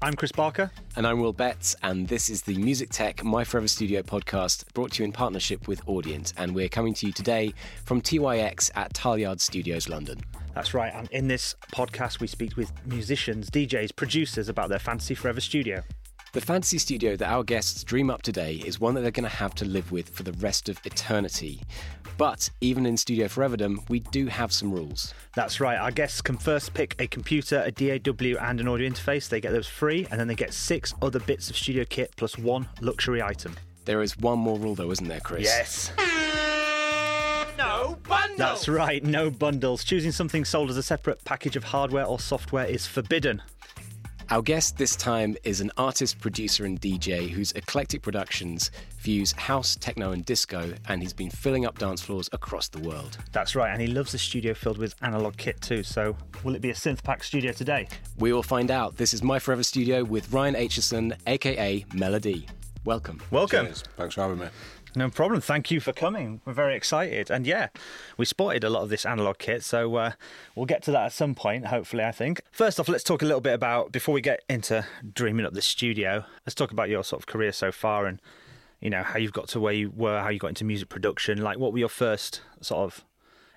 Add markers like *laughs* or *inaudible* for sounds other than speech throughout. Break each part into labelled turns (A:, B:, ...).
A: I'm Chris Barker.
B: And I'm Will Betts, and this is the Music Tech My Forever Studio podcast brought to you in partnership with Audience. And we're coming to you today from TYX at Talyard Studios, London.
A: That's right. And in this podcast, we speak with musicians, DJs, producers about their fantasy forever studio.
B: The fantasy studio that our guests dream up today is one that they're going to have to live with for the rest of eternity. But even in Studio Foreverdom, we do have some rules.
A: That's right. Our guests can first pick a computer, a DAW, and an audio interface. They get those free, and then they get six other bits of studio kit plus one luxury item.
B: There is one more rule, though, isn't there, Chris?
A: Yes.
C: No bundles.
A: That's right. No bundles. Choosing something sold as a separate package of hardware or software is forbidden.
B: Our guest this time is an artist, producer, and DJ whose eclectic productions fuse house, techno, and disco, and he's been filling up dance floors across the world.
A: That's right. And he loves a studio filled with analog kit too. So, will it be a synth pack studio today?
B: We will find out. This is My Forever Studio with Ryan Aitchison, aka Melody. Welcome.
A: Welcome.
D: Cheers. Thanks for having me.
A: No problem. Thank you for coming. We're very excited. And yeah, we spotted a lot of this analog kit, so uh, we'll get to that at some point, hopefully, I think. First off, let's talk a little bit about, before we get into dreaming up the studio, let's talk about your sort of career so far and, you know, how you've got to where you were, how you got into music production. Like, what were your first sort of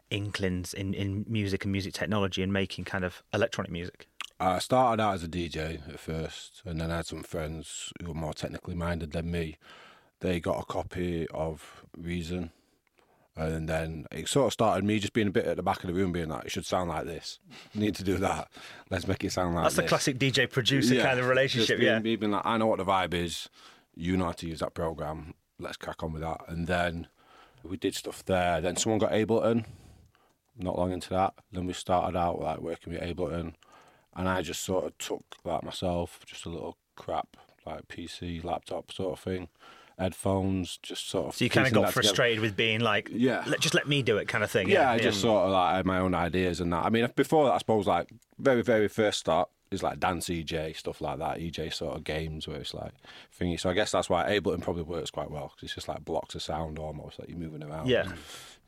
A: inklings in, in music and music technology and making kind of electronic music?
D: I started out as a DJ at first, and then I had some friends who were more technically minded than me. They got a copy of Reason, and then it sort of started me just being a bit at the back of the room, being like, "It should sound like this. Need to do that. Let's make it sound like
A: That's the
D: this."
A: classic DJ producer kind of relationship,
D: Just being,
A: yeah.
D: Me being like, I know what the vibe is. You know how to use that program. Let's crack on with that. And then we did stuff there. Then someone got Ableton. Not long into that, then we started out like working with Ableton, and I just sort of took like myself, just a little crap like PC, laptop sort of thing, headphones, just sort of.
A: So you kind of
D: piecing
A: got
D: that together.
A: frustrated with being like,
D: Yeah.
A: let, just let me do it kind of thing.
D: Yeah, I just sort of like had my own ideas and that. I mean, before that, I suppose like very, very first start is like dance EJ stuff like that, EJ sort of games where it's like thingy. So I guess that's why Ableton probably works quite well because it's just like blocks of sound almost like you're moving around.
A: Yeah.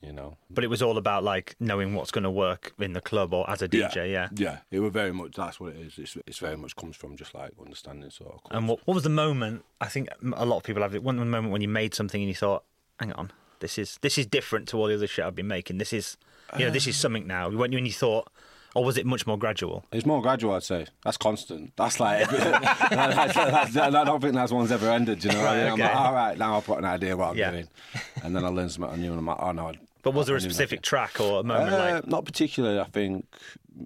D: you know.
A: But it was all about like knowing what's going to work in the club or as a DJ, yeah.
D: yeah, yeah. It was very much that's what it is. It's, it's very much comes from just like understanding sort of.
A: And what, what was the moment? I think a lot of people have it. One moment when you made something and you thought, "Hang on, this is this is different to all the other shit I've been making. This is, you know,
D: Uh.
A: this is something now." When you and you thought, or was it much more gradual?
D: It's more gradual, I'd say. That's constant. That's like, *laughs* every, that's, that's, I don't think that's one's ever ended. You know, what I mean? I'm like,
A: okay.
D: all right, now I've got an idea what I'm
A: Yeah.
D: doing, and then I learn something new, and I'm like, oh no. I-
A: But was there
D: I
A: a
D: knew that.
A: specific track or a moment
D: Uh,
A: like?
D: not particularly. I think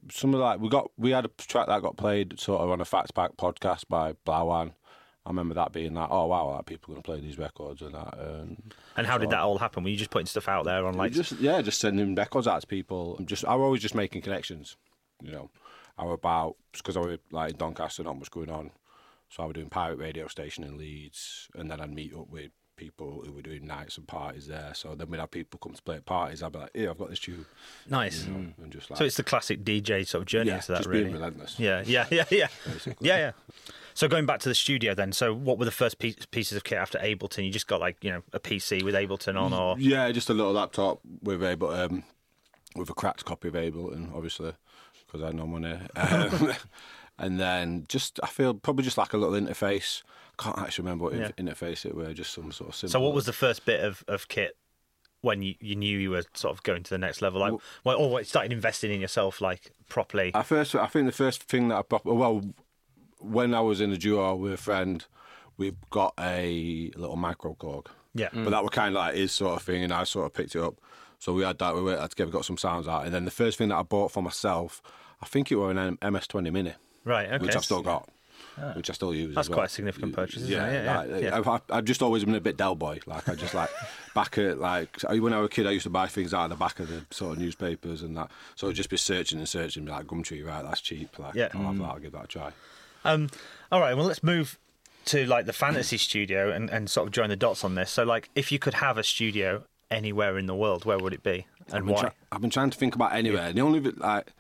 D: some of like we got we had a track that got played sort of on a Facts Back podcast by Blawan. I remember that being like, oh wow, like people gonna play these records and that. And
A: And how did that all happen? Were you just putting stuff out there on like?
D: just yeah, just sending records out to people. I'm just I was always just making connections, you know. I was about because I was like in Doncaster, not much going on, so I was doing pirate radio station in Leeds, and then I'd meet up with people who were doing nights and parties there. So then we'd have people come to play at parties. I'd be like, yeah, I've got this tune,
A: Nice.
D: you know, and just like
A: So it's the classic DJ sort of journey
D: Mm. yeah,
A: into that,
D: just
A: really.
D: being relentless.
A: Yeah, yeah, yeah, yeah,
D: Basically.
A: yeah, yeah. So going back to the studio then. So what were the first pie- pieces of kit after Ableton? You just got like you know a PC with Ableton on, or
D: Yeah, just a little laptop with a but um, with a cracked copy of Ableton, obviously, because I had no money.
A: *laughs*
D: Um, and then just I feel probably just like a little interface. I can't actually remember what
A: Yeah.
D: in- interface it were. Just some sort of simple.
A: so what was the first bit of, of kit when you, you knew you were sort of going to the next level? Like, well, or what, started investing in yourself like properly.
D: I first, I think the first thing that I prop- well, when I was in a duo with a friend, we got a little microcorg.
A: Yeah.
D: But that was kind of like his sort of thing, and I sort of picked it up. So we had that, we worked that together, got some sounds out. And then the first thing that I bought for myself, I think it were an M- MS20 Mini,
A: right. Okay.
D: which I've still got, which I still use.
A: That's
D: as well.
A: quite a significant purchase, isn't it? Yeah,
D: like,
A: yeah, yeah.
D: I've, I've- I've just always been a bit Dell boy. Like, I just like, *laughs* back at, like, when I was a kid, I used to buy things out of the back of the sort of newspapers and that. So I'd just be searching and searching, be like, Gumtree, right, that's cheap. Like,
A: Yeah. Mm.
D: I'll have that, I'll give that a try.
A: Um, all right. Well, let's move to like the fantasy studio and, and sort of join the dots on this. So like, if you could have a studio anywhere in the world, where would it be and
D: been
A: why?
D: try- I've been trying to think about anywhere. The only bit, like,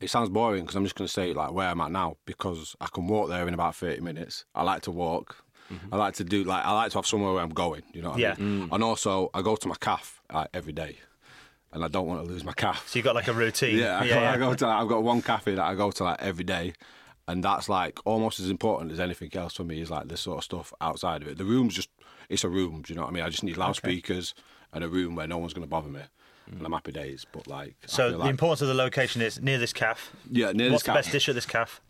D: it sounds boring because I'm just going to say like where I'm at now because I can walk there in about 30 minutes. I like to walk. I like to do like I like to have somewhere where I'm going. You know what
A: Mm-hmm. Yeah. Mm.
D: I mean? And also I go to my calf like, every day, and I don't want to lose my calf.
A: so you got like a routine.
D: Yeah, I, go, I go to. I've got one cafe that I go to like every day, and that's like almost as important as anything else for me is like this sort of stuff outside of it. The room's just it's a room, do you know what I mean? I just need loudspeakers and a room where no one's going to bother me. And I'm happy days, but like I
A: So
D: feel
A: the
D: like-
A: importance of the location is near this calf.
D: yeah, near
A: What's
D: this
A: the
D: cafe-
A: best dish at this calf?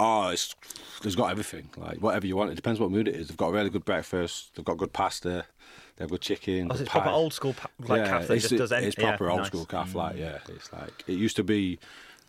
D: Oh, it's there's got everything. Like whatever you want. It depends what mood it is. They've got a really good breakfast. They've got good pasta. They've good chicken.
A: Oh,
D: good
A: so it's proper
D: pie.
A: old school pa- like calf that
D: it's,
A: just does any-
D: it's proper
A: yeah,
D: old
A: nice. Mm.
D: school calf. Like yeah, it's like it used to be.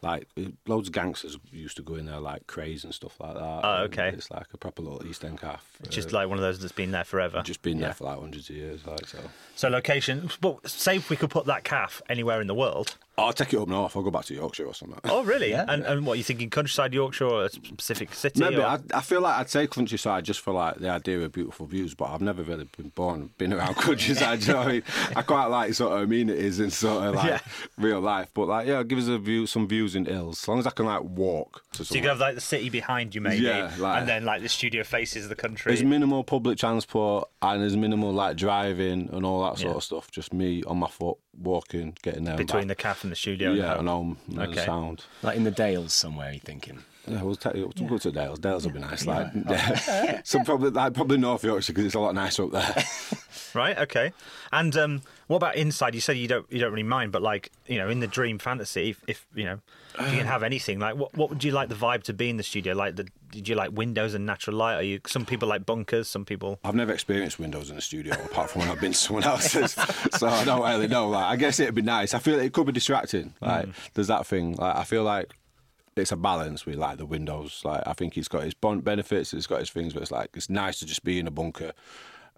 D: Like loads of gangsters used to go in there like craze and stuff like that.
A: Oh,
D: and
A: okay.
D: It's like a proper little East End calf.
A: It's just like one of those that's been there forever.
D: just been
A: Yeah.
D: there for like hundreds of years. Like so.
A: So location, but say if we could put that calf anywhere in the
D: *laughs*
A: world.
D: I'll take it up north. I'll go back to Yorkshire or something.
A: Oh, really? and and what you thinking? Countryside Yorkshire or a specific city?
D: *laughs* Maybe
A: or-
D: I, I feel like I'd say countryside just for like the idea of beautiful views, but I've never really been born been around
A: *laughs*
D: countryside. do you know what I mean? I quite like sort of amenities and sort of
A: *laughs*
D: like
A: Yeah.
D: real life, but like yeah, give us a view, some views in hills, as long as I can like walk. To
A: So you could
D: somewhere.
A: have like the city behind you, maybe,
D: Yeah, like-
A: and then like the studio faces the country.
D: there's minimal public transport and there's minimal like driving and all that sort of stuff. Just me on my foot walking, getting there and
A: between the
D: back.
A: calf and the studio. and
D: yeah,
A: home.
D: and home and
A: Okay.
D: the sound.
B: Like in the Dales somewhere, you thinking?
D: Yeah, we'll, take, we'll go to Dales. Dales will be nice. Like, yeah. *laughs* so probably like, probably North Yorkshire because it's a lot nicer up there.
A: *laughs* Right. Okay. And um, what about inside? You said you don't you don't really mind, but like you know, in the dream fantasy, if, if you know, if
D: Uh.
A: you can have anything, like what what would you like the vibe to be in the studio? Like, the, did you like windows and natural light? Are you some people like bunkers? Some people.
D: I've never experienced Windows in the studio apart from when I've been to someone else's, *laughs* so I don't really know. Like, I guess it'd be nice. I feel it could be distracting. Like, there's that thing. Like, I feel like it's a balance with like the Windows. Like, I think it's got its bon- benefits, it's got its things, but it's like it's nice to just be in a bunker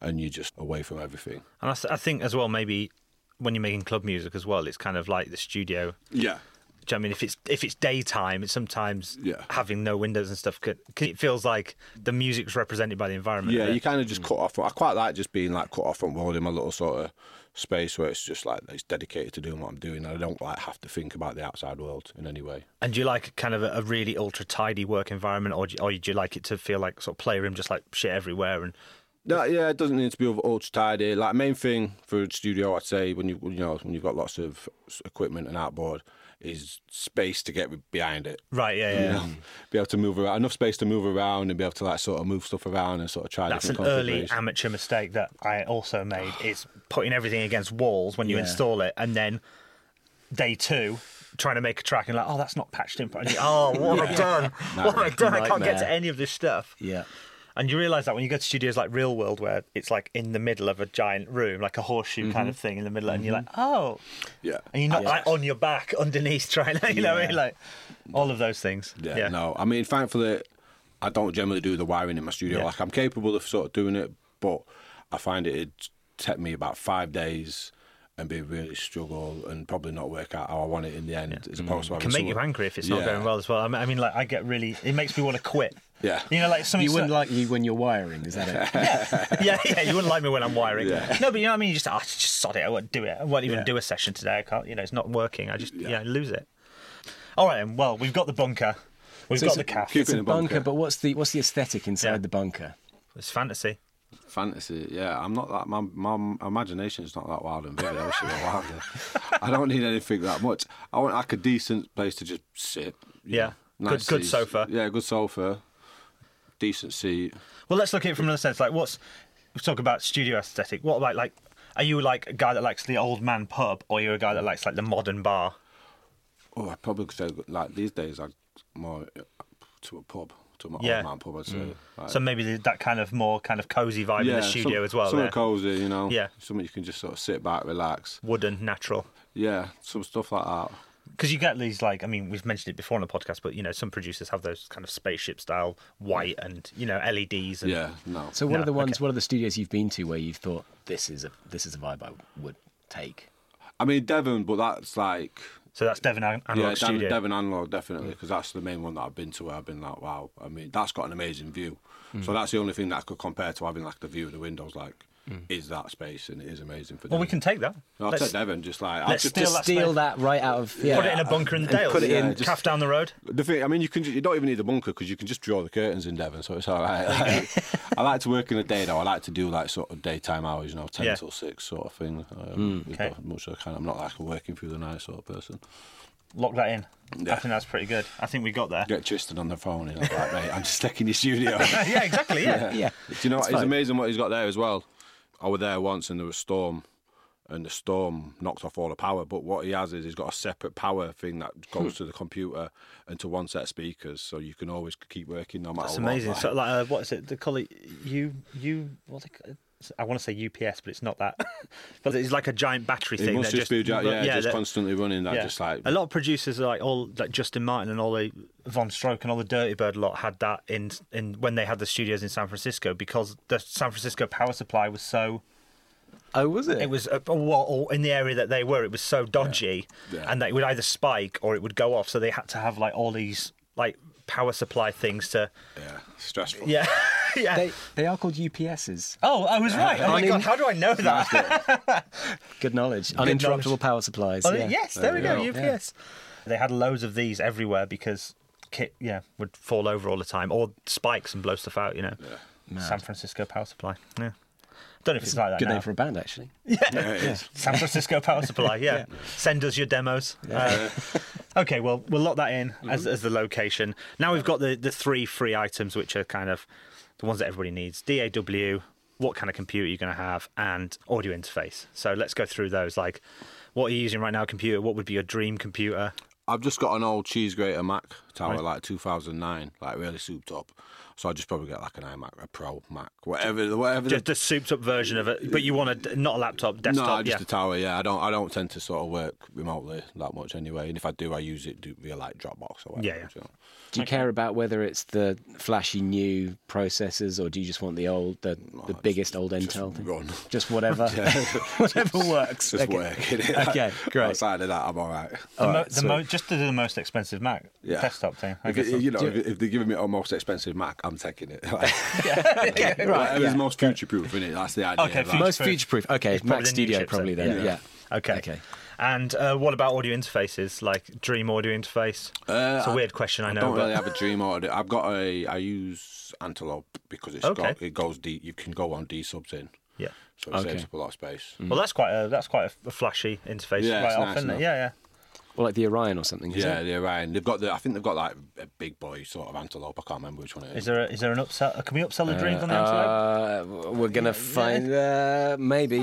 D: and you're just away from everything.
A: And I, th- I think as well, maybe when you're making club music as well, it's kind of like the studio.
D: Yeah.
A: Do you know what I mean, if it's if it's daytime, it's sometimes
D: Yeah.
A: having no windows and stuff. Could, 'cause it feels like the music's represented by the environment.
D: Yeah,
A: a bit.
D: you kind of just cut off. I quite like just being like cut off from world in my little sort of space where it's just like it's dedicated to doing what I'm doing. And I don't like have to think about the outside world in any way.
A: And do you like kind of a, a really ultra tidy work environment, or do, you, or do you like it to feel like sort of playroom, just like shit everywhere? And
D: No, yeah, it doesn't need to be over- ultra tidy. Like main thing for a studio, I'd say when you when, you know when you've got lots of s- equipment and outboard, is space to get behind it.
A: right, yeah, yeah.
D: You know, be able to move around enough space to move around and be able to like sort of move stuff around and sort of try
A: That's an
D: different
A: early
D: configurations.
A: amateur mistake that I also made is putting everything against walls when you
B: Yeah.
A: install it, and then day two trying to make a track and like, oh, that's not patched in. properly." Oh, what
B: *laughs*
A: have I done? What have I done? I can't get to
B: Nightmare.
A: any of this stuff.
B: Yeah.
A: And you realise that when you go to studios like Real World, where it's like in the middle of a giant room, like a horseshoe
B: Mm-hmm.
A: kind of thing in the middle, and you're like, oh,
D: Yeah.
A: and you're not like on your back underneath trying to, *laughs* you know, what I mean? like all of those things.
D: Yeah, no. I mean, thankfully, I don't generally do the wiring in my studio.
A: Yeah.
D: Like, I'm capable of sort of doing it, but I find it it'd take me about five days and be really struggle and probably not work out how I want it in the end. As opposed to having
A: Mm. Can make you
D: someone-
A: angry if it's not
D: Yeah.
A: going well as well. I mean, I mean, like I get really, it makes me want to quit.
D: Yeah.
A: you know, like something.
B: You wouldn't like you when you're wiring, is that
A: *laughs*
B: it?
A: yeah, yeah, you wouldn't like me when I'm wiring.
D: Yeah.
A: No, but you know what I mean. You just, oh, just sod it. I won't do it. I won't even do a session today. I can't. You know, it's not working. I just, yeah, I lose it. All right, then. Well, we've got the bunker. We've got
B: So it's
A: the
B: a-
A: calf.
D: Keep
B: It's
D: it in
B: a
D: a
B: bunker,
D: bunker.
B: but what's the what's the aesthetic inside
A: Yeah.
B: the bunker?
A: It's fantasy.
D: Fantasy, yeah. I'm not that. My, my imagination's not that wild and vivid. I wish it were wilder. I don't need anything that much. I want like a decent place to just sit. you
A: Yeah.
D: know.
A: Good- good
D: seats.
A: sofa.
D: Yeah, good sofa. Decent seat.
A: Well, let's look at it from another sense. Like, what's we talk about studio aesthetic? What about like, are you like a guy that likes the old man pub, or you're a guy that likes like the modern bar?
D: Oh, I probably could say like these days. I'd more uh, to a pub, to my
A: Yeah.
D: old man pub. I'd say. Like,
A: So maybe the- that kind of more kind of cozy vibe in the studio
D: some-
A: as well.
D: Something
A: there.
D: cozy, you know.
A: Yeah.
D: Something you can just sort of sit back, relax.
A: Wooden, natural.
D: Yeah, some stuff like that.
A: Because you get these like, I mean, we've mentioned it before on the podcast, but you know, some producers have those kind of spaceship style white and you know LEDs. And,
D: Yeah, no.
B: So what
A: No,
B: are the ones?
A: okay.
B: What are the studios you've been to where you've thought this is a this is a vibe I would take?
D: I mean Devon, but that's like
A: So that's Devon An- Analog
D: yeah,
A: Studio.
D: Devon, Devon Analog definitely because that's the main one that I've been to where I've been like, wow. I mean, that's got an amazing view.
A: Mm.
D: So that's the only thing that I could compare to having like the view of the windows. Like, is that space and it is amazing for.
A: Mm. Well, we
D: Devon.
A: can take that.
D: I'll
A: Let's
D: take Devon. Just like I'll
A: let's
D: just,
A: steal
D: just
A: that
B: Steal
A: space.
B: that right out of yeah.
A: Put it in a bunker
D: *laughs*
A: in the Dales.
B: put it in-
A: Yeah,
D: just-
A: calf down the road.
D: The thing, I mean, you can you don't even need a bunker because you can just draw the curtains in Devon, so it's all right.
A: *laughs*
D: I like to work in the day though. I like to do like sort of daytime hours, you know, ten
A: Yeah. Mm,
D: till six sort of thing. Um, as
A: Okay.
D: much as I can. I'm not like a working through the night sort of person.
A: Lock that in.
D: Yeah.
A: I think that's pretty good. I think we got there.
D: Get Tristan on the phone and I'm like, mate, I'm just taking your studio.
A: *laughs* yeah, exactly. Yeah.
B: Yeah.
D: Do you know what?
B: It's
D: It's,
B: fine.
D: amazing what he's got there as well. I was there once and there was a storm, and the storm knocked off all the power. But what he has is he's got a separate power thing that
A: Hmm.
D: goes to the computer and to one set of speakers, so you can always keep working no matter
A: That's
D: what.
A: amazing.
D: like.
A: So, like, uh, what is it? They call it U U. What they call it? I want to say UPS, but it's not that. *laughs* but it's like a giant battery
D: it
A: thing.
D: must
A: that
D: just be ja- yeah, just
A: that-
D: constantly running that,
A: yeah.
D: just like
A: a lot of producers, like all like Justin Martin and all the Von Stroke and all the Dirty Bird lot, had that in in when they had the studios in San Francisco because the San Francisco power supply was so
B: Oh, was it?
A: it was uh, well, or in the area that they were it was so dodgy
D: Yeah.
A: and that it would either spike or it would go off so they had to have like all these like power supply things to
D: yeah, stressful. *laughs*
A: yeah *laughs* yeah
B: They, they are called UPSs.
A: oh i was right oh my
B: Unin-
A: god how do i know that *laughs*
B: Good knowledge.
A: knowledge.
B: Uninterruptible power supplies.
A: Oh,
B: yeah.
A: yes there, we
D: we
A: go
D: go,
B: yeah.
A: ups they had loads of these everywhere because kit yeah would fall over all the time or spikes and blow stuff out you know san francisco power supply yeah don't know if it's, like that
B: Good
A: now.
B: name for a band, actually.
D: Yeah, it is.
A: San *laughs* Francisco Power Supply. Yeah, send us your demos. Uh, *laughs* Mm-hmm. okay, well we'll lock that in as, as the location. Now we've got the the three free items, which are kind of the ones that everybody needs: DAW, what kind of computer you're going to have, and audio interface. So let's go through those. Like, what are you using right now? Computer? What would be your dream computer?
D: I've just got an old cheese grater Mac tower, like 2009, like really souped up. So I just probably get like an iMac, a Pro Mac, whatever, whatever.
A: Just the souped up version of it, but you want a not a laptop,
D: the,
A: desktop.
D: no, just
A: yeah.
D: a tower. Yeah, I don't, I don't tend to sort of work remotely that much anyway. And if I do, I use it do, via like Dropbox or whatever.
A: Yeah, yeah.
D: do you know.
B: Do you care about whether it's the flashy new processors or do you just want the old, the, the biggest old Intel thing?
D: run.
B: Just
D: *laughs*
B: whatever. *laughs* whatever works.
D: It's just working.
A: *laughs*
D: *laughs*
B: Okay, great.
D: Outside of that, I'm all right.
A: The mo-
B: Alright,
A: the mo- just to do the most expensive Mac
D: Yeah.
A: Oh, desktop thing. I
D: If
A: guess.
D: it- you know, if, if they're giving me our most expensive Mac, I'm taking it. *laughs* Like,
A: *laughs* yeah,
D: whatever's
B: yeah.
D: most future proof, in it? That's the idea.
A: Okay,
D: like-
A: future-
B: Most future proof. Okay,
A: probably
B: Mac
A: the new
B: Studio
A: chipset.
B: probably then.
A: Yeah.
B: Yeah.
A: Okay.
B: Okay.
A: And uh, what about audio interfaces, like Dream audio interface?
B: Uh,
A: it's a weird question, I know.
D: don't
A: but
D: really have a dream order. I've got a. I use Antelope because it's
A: Okay.
D: got it goes D. You can go on D subs in,
A: yeah.
D: so it saves up a lot of space.
A: Well, that's quite a that's quite a, a flashy interface
D: Yeah,
A: right
D: it's
A: off,
D: nice
A: isn't it?
D: enough.
A: Yeah, yeah.
B: Or like the Orion or something. is
D: Yeah,
B: it?
D: they're right. And they've got the. I think they've got like a big boy sort of Antelope. I can't remember which one it
A: Is
D: is.
A: there a, is there an upsell? Can we upsell a dream on the Antelope?
B: Uh, we're gonna find uh, maybe.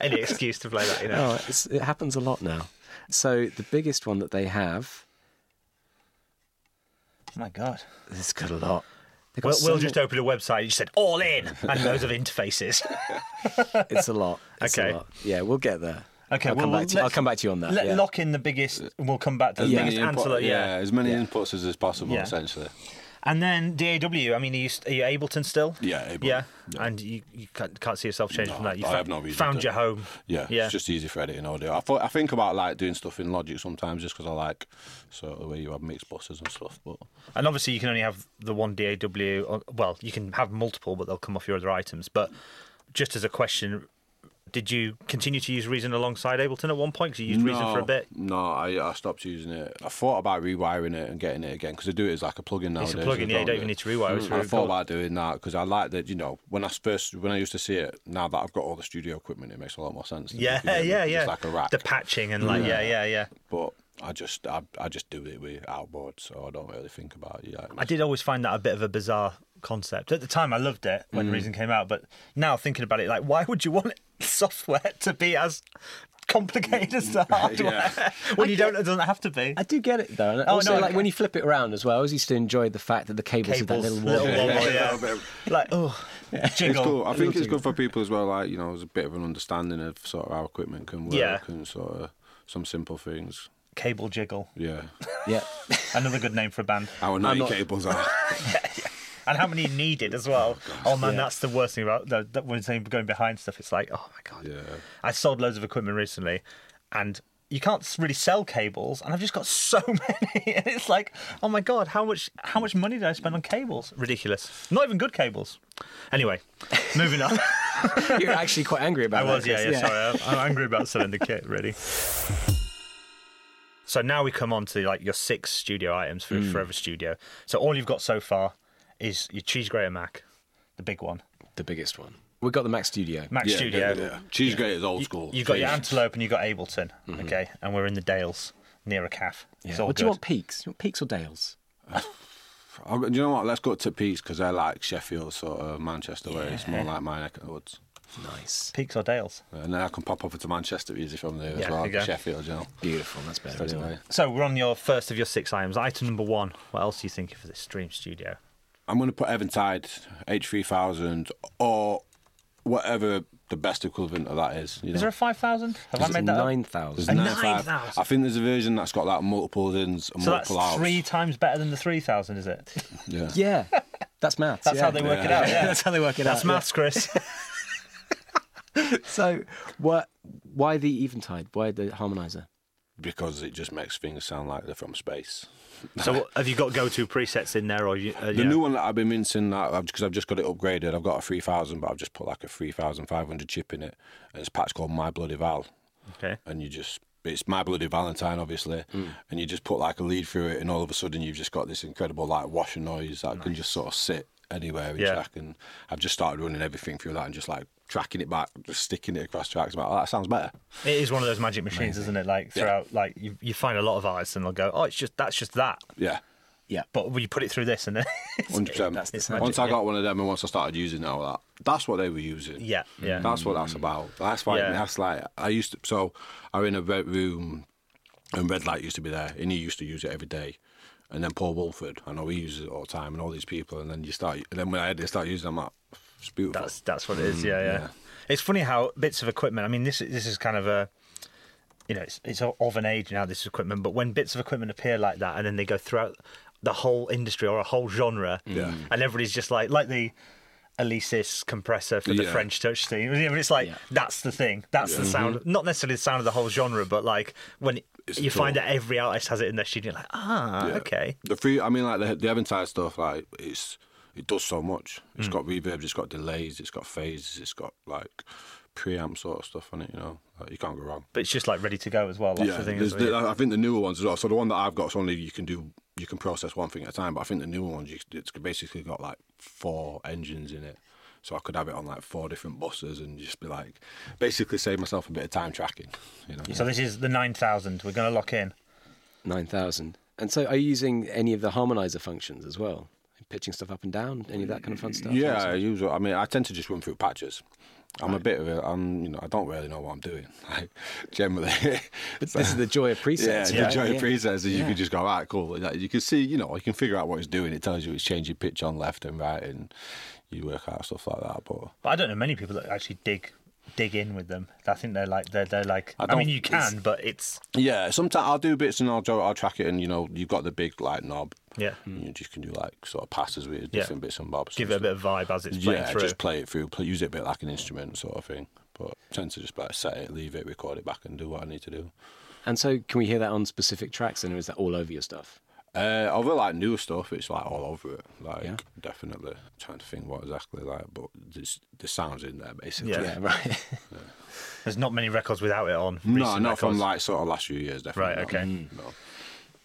A: Any excuse to play that, you know?
B: Oh, it's, it happens a lot now. So the biggest one that they have,
A: my god.
B: it's got a lot. They've got
A: We'll,
B: so
A: we'll
B: mu-
A: just open a website. You said all in and loads of interfaces.
B: It's a *laughs* lot. It's a
A: Okay.
B: lot. Yeah, we'll get there.
A: *laughs* Okay,
B: I'll
A: well,
B: come back to,
A: let's-
B: I'll come back to you on that.
A: Let
B: yeah.
A: lock in the biggest, and we'll come back to the
D: As many
A: biggest
D: input-
A: Antelope. Yeah.
D: as many inputs as is possible,
A: Yeah.
D: essentially.
A: And then DAW. I mean, are you, are you Ableton still?
D: Yeah, Ableton.
A: Yeah. And you, you can't, can't see yourself changing
D: No,
A: from that. You
D: I
A: found,
D: have no reason
A: found
D: to.
A: your home.
D: Yeah,
A: Yeah.
D: it's just easy for editing audio. I thought, I think about like doing stuff in Logic sometimes just because I like sort of the way you have mixed buses and stuff. But
A: And obviously, you can only have the one DAW. Or, uh, well, you can have multiple, but they'll come off your other items. But just as a question, did you continue to use Reason alongside Ableton at one point? Because you used Reason for a bit.
D: No, I, I stopped using it. I thought about rewiring it and getting it again because they do it as like a plug-in
A: It's
D: nowadays.
A: a plug-in, yeah. You don't even need to rewire. It's
D: Mm, I
A: really
D: thought
A: cool.
D: about doing that because I like that. You know, when I first when I used to see it, now that I've got all the studio equipment, it makes a lot more sense. to me,
A: Yeah,
D: if you know
A: yeah,
D: what I mean,
A: yeah,
D: 'cause It's like a rack.
A: The patching and like, yeah, yeah, yeah.
D: but I just I, I just do it with outboard, so I don't really think about it. Yeah,
A: I did always find that a bit of a bizarre concept. At the time, I loved it when Reason came out, but now thinking about it, like, why would you want *laughs* software to be as complicated as the hardware when you don't? It doesn't have to be.
B: I do get it though. And
A: Oh,
B: also,
A: no,
B: like
A: okay.
B: when you flip it around as well, I always used to enjoy the fact that the cables, had that
A: Cables,
B: little
A: little
B: wobble.
A: wobble,
D: *laughs*
A: yeah. Like, oh,
D: It's
A: jiggle.
D: cool. I
B: little
D: think it's
B: jiggle.
D: good for people as well. Like you know, there's a bit of an understanding of sort of how equipment can work
A: Yeah.
D: and sort of some simple things.
A: Cable jiggle. *laughs*
D: Yeah,
B: Yeah. *laughs*
A: Another good name for a band.
D: how annoying
A: *laughs*
D: cables are.
A: And how many you needed as well. Oh, man, that's the worst thing about that. that when saying going behind stuff, it's like, oh my god.
D: Yeah.
A: I sold loads of equipment recently, and you can't really sell cables, and I've just got *laughs* so many. And it's like, oh my god, how much how much money did I spend on cables? Ridiculous. Not even good cables. Anyway, moving on.
B: You're actually quite angry about
A: I
B: that.
A: was, yeah,
B: Chris.
A: yeah, sorry. I'm, I'm angry about selling the kit, really. So now we come on to like your six studio items for Forever Studio. So all you've got so far is your cheese grater Mac, the big one.
B: The biggest one. We got the Mac Studio.
A: Mac
D: Yeah,
A: Studio.
D: yeah, yeah. Cheesegate is old
A: You-
D: school. Mm-hmm.
A: You've got your
D: Cheese.
A: Antelope and you've got Ableton, okay? And we're in the Dales near a calf. It's all good.
B: What do you want, Peaks? You want Peaks or Dales?
D: I'll go- do you know what? Let's go to Pete's because they're like Sheffield, sort of Manchester way. It's more like my neck of the woods.
B: Nice.
A: Peaks or Dales?
D: And then I can pop over to Manchester easy from there
A: Yeah,
D: as well.
A: there you go.
D: Sheffield, you know.
B: Beautiful. That's better. Isn't it?
D: Anyway.
A: So we're on your first of your six items. Item number one. What else are you thinking for this stream studio?
D: I'm going to put Eventide H3000 or whatever the best equivalent of that is. You know?
A: Is there a 5,000? Have I
B: It's
A: made that up?
B: 9,000.
A: a
D: There's
A: nine
D: 95.
A: thousand?
D: I think there's a version that's got like multiple ins and
A: So that's
D: multiple outs.
A: three times better than the 3,000, is
D: *laughs*
A: it?
D: Yeah.
B: *laughs* Yeah. That's maths.
A: That's
B: yeah.
A: how they work it out, yeah.
B: *laughs*
D: *laughs*
B: That's how they work it
A: That's
B: out. yeah.
A: maths, Chris.
B: So, what? Why the eventide? Why the harmonizer?
D: Because it just makes things sound like they're from space.
A: so what- have you got go-to presets in there, or you, uh,
D: The new one that I've been mincing, because I've just got it upgraded, I've got a 3000, but I've just put like a 3500 chip in it. And it's patch called My Bloody Val.
A: Okay.
D: and you just it's my bloody Valentine, obviously, and you just put like a lead through it, and all of a sudden you've just got this incredible like washer noise that can just sort of sit anywhere in
A: Yeah.
D: track. And I've just started running everything through that and just like tracking it back, just sticking it across tracks. But oh, that sounds better.
A: It is one of those magic machines, isn't it? Like throughout, like you, you find a lot of artists, and they'll go, "Oh, it's just that's just that,"
D: Yeah,
A: but we put it through this, and then *laughs*
D: hundred percent.
B: that's the sound,
D: Once I got one of them, and once I started using all that, that's what they were using.
A: yeah, yeah.
D: That's what that's about. That's why
A: Yeah.
D: that's like I used to. So I was in a red room, and red light used to be there, and he used to use it every day. And then Paul Wolford, I know he uses it all the time, and all these people. And then you start, and then when I had to start using, it, I'm like, it's beautiful.
A: That's that's what it
D: Mm,
A: is. Yeah, yeah, It's funny how bits of equipment. I mean, this this is kind of a, you know, it's it's of an age now. This equipment, but when bits of equipment appear like that, and then they go throughout the whole industry or a whole genre,
D: Yeah.
A: and everybody's just like like the. Alesis compressor for the
D: Yeah.
A: French touch scene. I mean, It's like
B: Yeah.
A: that's the thing. That's the sound. Not necessarily the sound of the whole genre, but like when
D: Mm-hmm. It's
A: you
D: the
A: find
D: tool.
A: that every artist has it in their studio, you're like ah,
D: Yeah.
A: okay,
D: The free, I mean, like the the Eventide stuff, like it's it does so much.
A: Mm.
D: It's got reverbs, it's got delays, it's got phases, it's got like preamp sort of stuff on it. You know, like, you can't go wrong.
A: but it's just like ready to go as well. That's
D: yeah,
A: the thing.
D: there's
A: isn't it?
D: the- I think the newer ones as well. So the one that I've got is only you can do you can process one thing at a time, but I think the newer ones you, it's basically got like four engines in it. So I could have it on like four different buses and just be like, basically save myself a bit of time tracking. You know,
A: So this is the nine thousand. We're going to lock in.
B: 9,000. And so, are you using any of the harmonizer functions as well? Pitching stuff up and down, any of that kind of fun stuff?
D: yeah. I use. I mean, I tend to just run through patches. I'm a bit of a, I'm, you know, I don't really know what I'm doing. *laughs* Like, generally,
B: But this is the joy of
D: Yeah,
B: presets.
D: the
B: right?
D: giant
B: Yeah.
D: presets that you
B: Yeah.
D: can just go, all right, cool. Like, you can see, you know, you can figure out what it's doing. It tells you it's changing pitch on left and right, and you work out stuff like that. But
A: But I don't know many people that actually dig dig in with them. I think they're like they're they're like. I,
D: don't-
A: mean, you
D: it's-
A: can, but it's
D: yeah, sometimes I'll do bits and I'll draw, I'll track it, and you know, you've got the big like knob.
A: yeah.
D: And you just can do like sort of passes with different bits and bobs.
A: Give it a bit of vibe as it's playing
D: yeah,
A: through.
D: just play it through, play, use it a bit like an instrument sort of thing. But I tend to just like set it, leave it, record it back, and do what I need to do.
B: And so, can we hear that on specific tracks, and or is that all over your stuff?
D: Uh, over like newer stuff, it's like all over it. Like
B: Yeah.
D: definitely trying to think what exactly like, but this, the sounds in there basically.
A: Yeah.
B: Yeah, right.
A: There's not many records without it on.
D: No,
A: recent
D: not from
A: records. Mm.
D: like sort of last few years, definitely.
A: Right,
D: not.
A: okay.
D: No.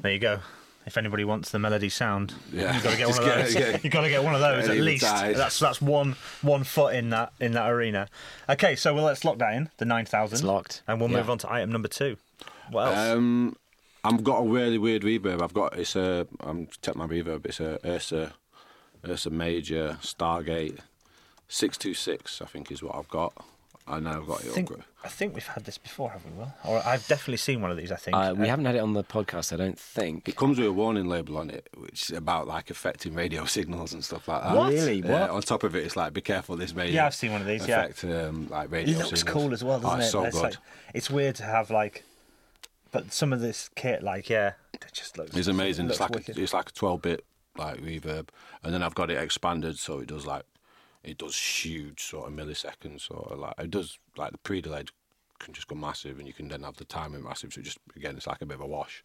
A: There you go. If anybody wants the melody sound,
D: Yeah.
A: you've got to get one
D: Just
A: of
D: get-
A: those. *laughs*
D: get-
A: You've got to get one of those
D: get
A: at
D: it
A: least.
D: inside.
A: That's that's one one foot in that in that arena. Okay, so well let's lock that in the nine thousand.
B: It's locked.
A: and we'll
B: Yeah.
A: move on to item number two. What else?
D: Um, I've got a really weird reverb. I've got it's a I'm check my reverb. It's a Ursa Ursa Major Stargate six two six. I think is what I've got. I know I've got
A: I
D: it.
A: think,
D: upgra-
A: I think we've had this before, have we, Will? Or I've definitely seen one of these. I think
B: *laughs* Uh, we
A: Uh,
B: haven't had it on the podcast, I don't think.
D: It comes with a warning label on it, which is about like affecting radio *laughs* signals and stuff like that.
B: What? Really?
D: Yeah,
B: What?
D: on top of it, it's like be careful. This may
A: Yeah, I've seen one of these, yeah.
D: affect um, like radio
A: It looks
D: signals.
A: cool as well, doesn't
D: oh, it's
A: it?
D: So
A: it's
D: good.
A: like it's weird to have like, but some of this kit, like yeah, it just looks.
D: It's amazing.
A: Looks
D: It's like
A: wicked.
D: a, it's like a twelve bit like reverb, and then I've got it expanded so it does like it does huge sort of milliseconds sort of like it does like the pre delayed can just go massive, and you can then have the timing massive. So just again, it's like a bit of a wash.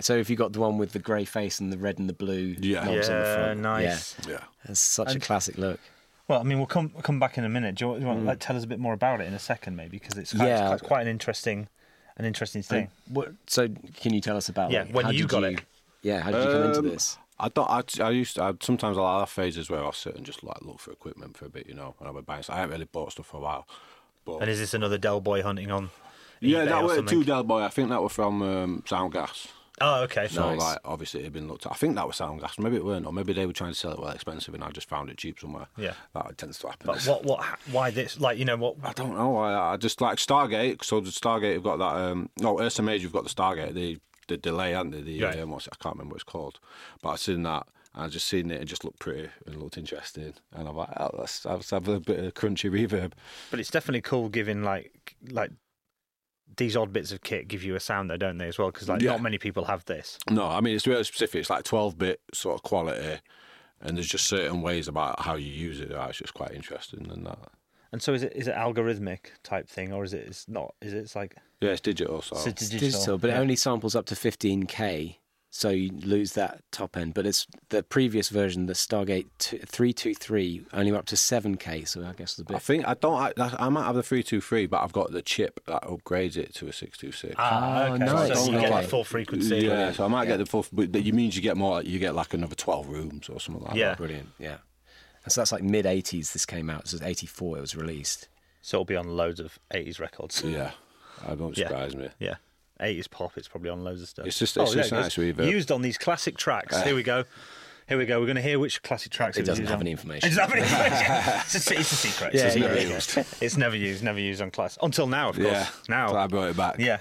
B: So, if you got the one with the grey face and the red and the blue
D: Yeah.
B: knobs on the
A: Yeah,
B: front,
A: nice.
B: yeah.
D: Yeah.
B: that's such a classic look.
A: Well, I mean, we'll come we'll come back in a minute. Do you, want- do you want to like, tell us a bit more about it in a second, maybe? Because it's quite,
B: Yeah.
A: it's quite, quite an interesting, an interesting thing.
B: What, so, can you tell us about?
A: Yeah,
B: like,
A: when
B: how
A: you
B: did
A: got
B: you-
A: it.
B: Yeah, how did you come into
D: Um,
B: this?
D: I don't. I, I used to. I, sometimes I'll have phases where I'll sit and just like look for equipment for a bit, you know. And I'll be buying. stuff. I haven't really bought stuff for a while. But
A: And is this another Del Boy hunting on?
D: yeah,
A: eBay
D: that
A: or
D: were
A: something?
D: two Del Boy. I think that were from um, Soundgas.
A: Oh, okay.
D: So like, obviously it had been looked at. I think that was Soundgas. Maybe it weren't, or maybe they were trying to sell it well expensive, and I just found it cheap somewhere.
A: Yeah.
D: that tends to happen.
A: But what, what, why this? Like, you know, what?
D: I don't know. I, I just like Stargate. So the Stargate have got that. Um, no, Ursa Major have got the Stargate. The the delay, haven't they? The
A: Yeah.
D: um, what's it, I can't remember what it's called. But I seen that. and I just seen it and just looked pretty and looked interesting. And I'm like, oh, let's, let's have a bit of crunchy reverb.
A: But it's definitely cool giving like like these odd bits of kit give you a sound though, don't they? As well, because like
D: Yeah.
A: not many people have this.
D: No, I mean it's really specific. It's like 12-bit sort of quality, and there's just certain ways about how you use it. That's just quite interesting and that.
A: And so is it is it algorithmic type thing or is it it's not? Is it it's like
D: Yeah, it's digital. So
A: it's a
B: It's
A: digital?
B: digital, but
A: yeah.
B: it only samples up to 15k, so you lose that top end. But it's the previous version, the Stargate t- 323, only went up to 7k, so I guess it's a
D: I
A: Oh,
B: bit.
D: think I don't. I, that's- I might have the three two three, but I've got the chip that upgrades it to a six two six.
A: Ah,
B: Oh,
A: okay.
B: nice.
A: So you get
B: Okay.
A: the full frequency.
D: Yeah, so I might get the full. But that- you means you get more. You get like another twelve rooms or something like
A: Yeah.
D: that.
B: Brilliant, yeah. And so that's like mid 80s. This came out. So it was 84. It was released.
A: So it'll be on loads of eighties records.
D: Yeah, I don't
A: Yeah.
D: surprise me.
A: Yeah. 80s pop, it's probably on loads of stuff. Oh,
D: It's just- it's
A: there
D: just
A: it
D: nice uh,
A: goes.
D: reverb.
A: Used on these classic tracks. Here we go. Here we go. We're going to hear which classic tracks it,
B: It
A: was
B: doesn't
A: used
B: have
A: on.
B: any
A: It
B: information.
A: doesn't have any
B: *laughs*
A: information. it's, a, it's a secret.
B: Yeah,
A: it's, a
B: yeah,
A: secret.
B: yeah.
A: it's never used, never used on class. Until now, of course.
D: Yeah,
A: Now.
D: so I brought it back.
A: Yeah.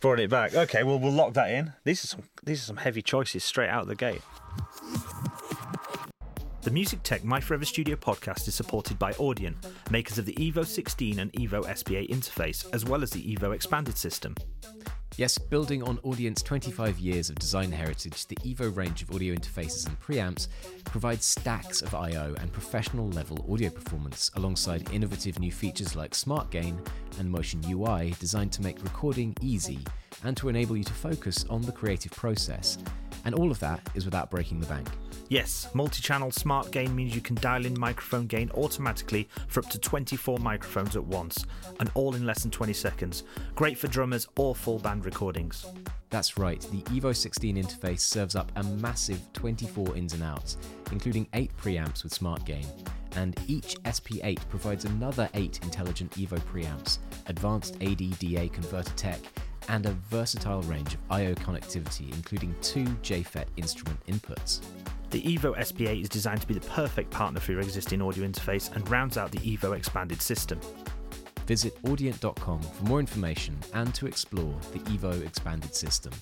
A: Brought it back. Okay, well, we'll lock that in. These are some these are some heavy choices straight out the gate. The Music Tech My Forever Studio podcast is supported by Audion, makers of the Evo 16 and Evo SBA interface, as well as the Evo expanded system.
E: Yes, building on Audient's 25 years of design heritage, the Evo range of audio interfaces and preamps provides stacks of I/O and professional-level audio performance, alongside innovative new features like Smart Gain and Motion UI, designed to make recording easy and to enable you to focus on the creative process. And all of that is without breaking the bank.
A: Yes, multi channel smart gain means you can dial in microphone gain automatically for up to 24 microphones at once, and all in less than 20 seconds. Great for drummers or full band recordings.
E: That's right, the Evo 16 interface serves up a massive 24 ins and outs, including 8 preamps with Smart Gain, and each SP8 provides another 8 intelligent Evo preamps, advanced ADDA converter tech, and a versatile range of I/O connectivity, including two JFET instrument inputs.
A: The Evo SPA is designed to be the perfect partner for your existing audio interface and rounds out the Evo expanded system.
E: Visit audient.com for more information and to explore the Evo expanded system.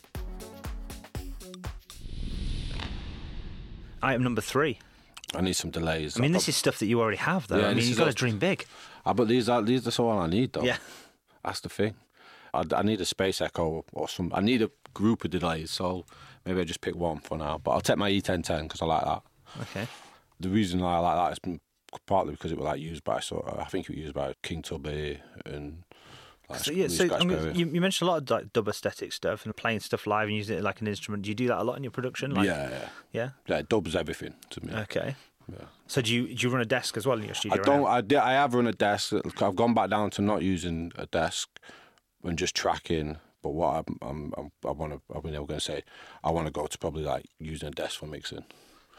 A: Item number three.
D: I need some delays.
A: I mean, this is stuff that you already have, though.
D: Yeah,
A: I
D: this
A: mean, you've
D: is
A: got to
D: all-
A: dream big.
D: Ah, but these are these are the one I need though.
A: Yeah.
D: that's the thing. I, I need a space echo or some. I need a group of delays. So maybe I just pick one for now. But I'll take my E E1010 because I like that.
A: Okay.
D: the reason I like that is m- partly because it was like used by sort of, I think it was used by King Tubby and like
A: So, yeah,
D: Lee
A: so
D: Scratch
A: I mean,
D: Perry.
A: you, you mentioned a lot of like, dub aesthetic stuff and playing stuff live and using it like an instrument. Do you do that a lot in your production? Like,
D: yeah, yeah,
A: Yeah.
D: yeah, dubs everything to me.
A: Okay. So do you do you run a desk as well in your studio?
D: I
A: right
D: don't.
A: now?
D: I, did, I have run a desk. I've gone back down to not using a desk and just tracking. But what I'm, I'm, I'm I want to. I mean, I'm going to say I want to go to probably like using a desk for mixing.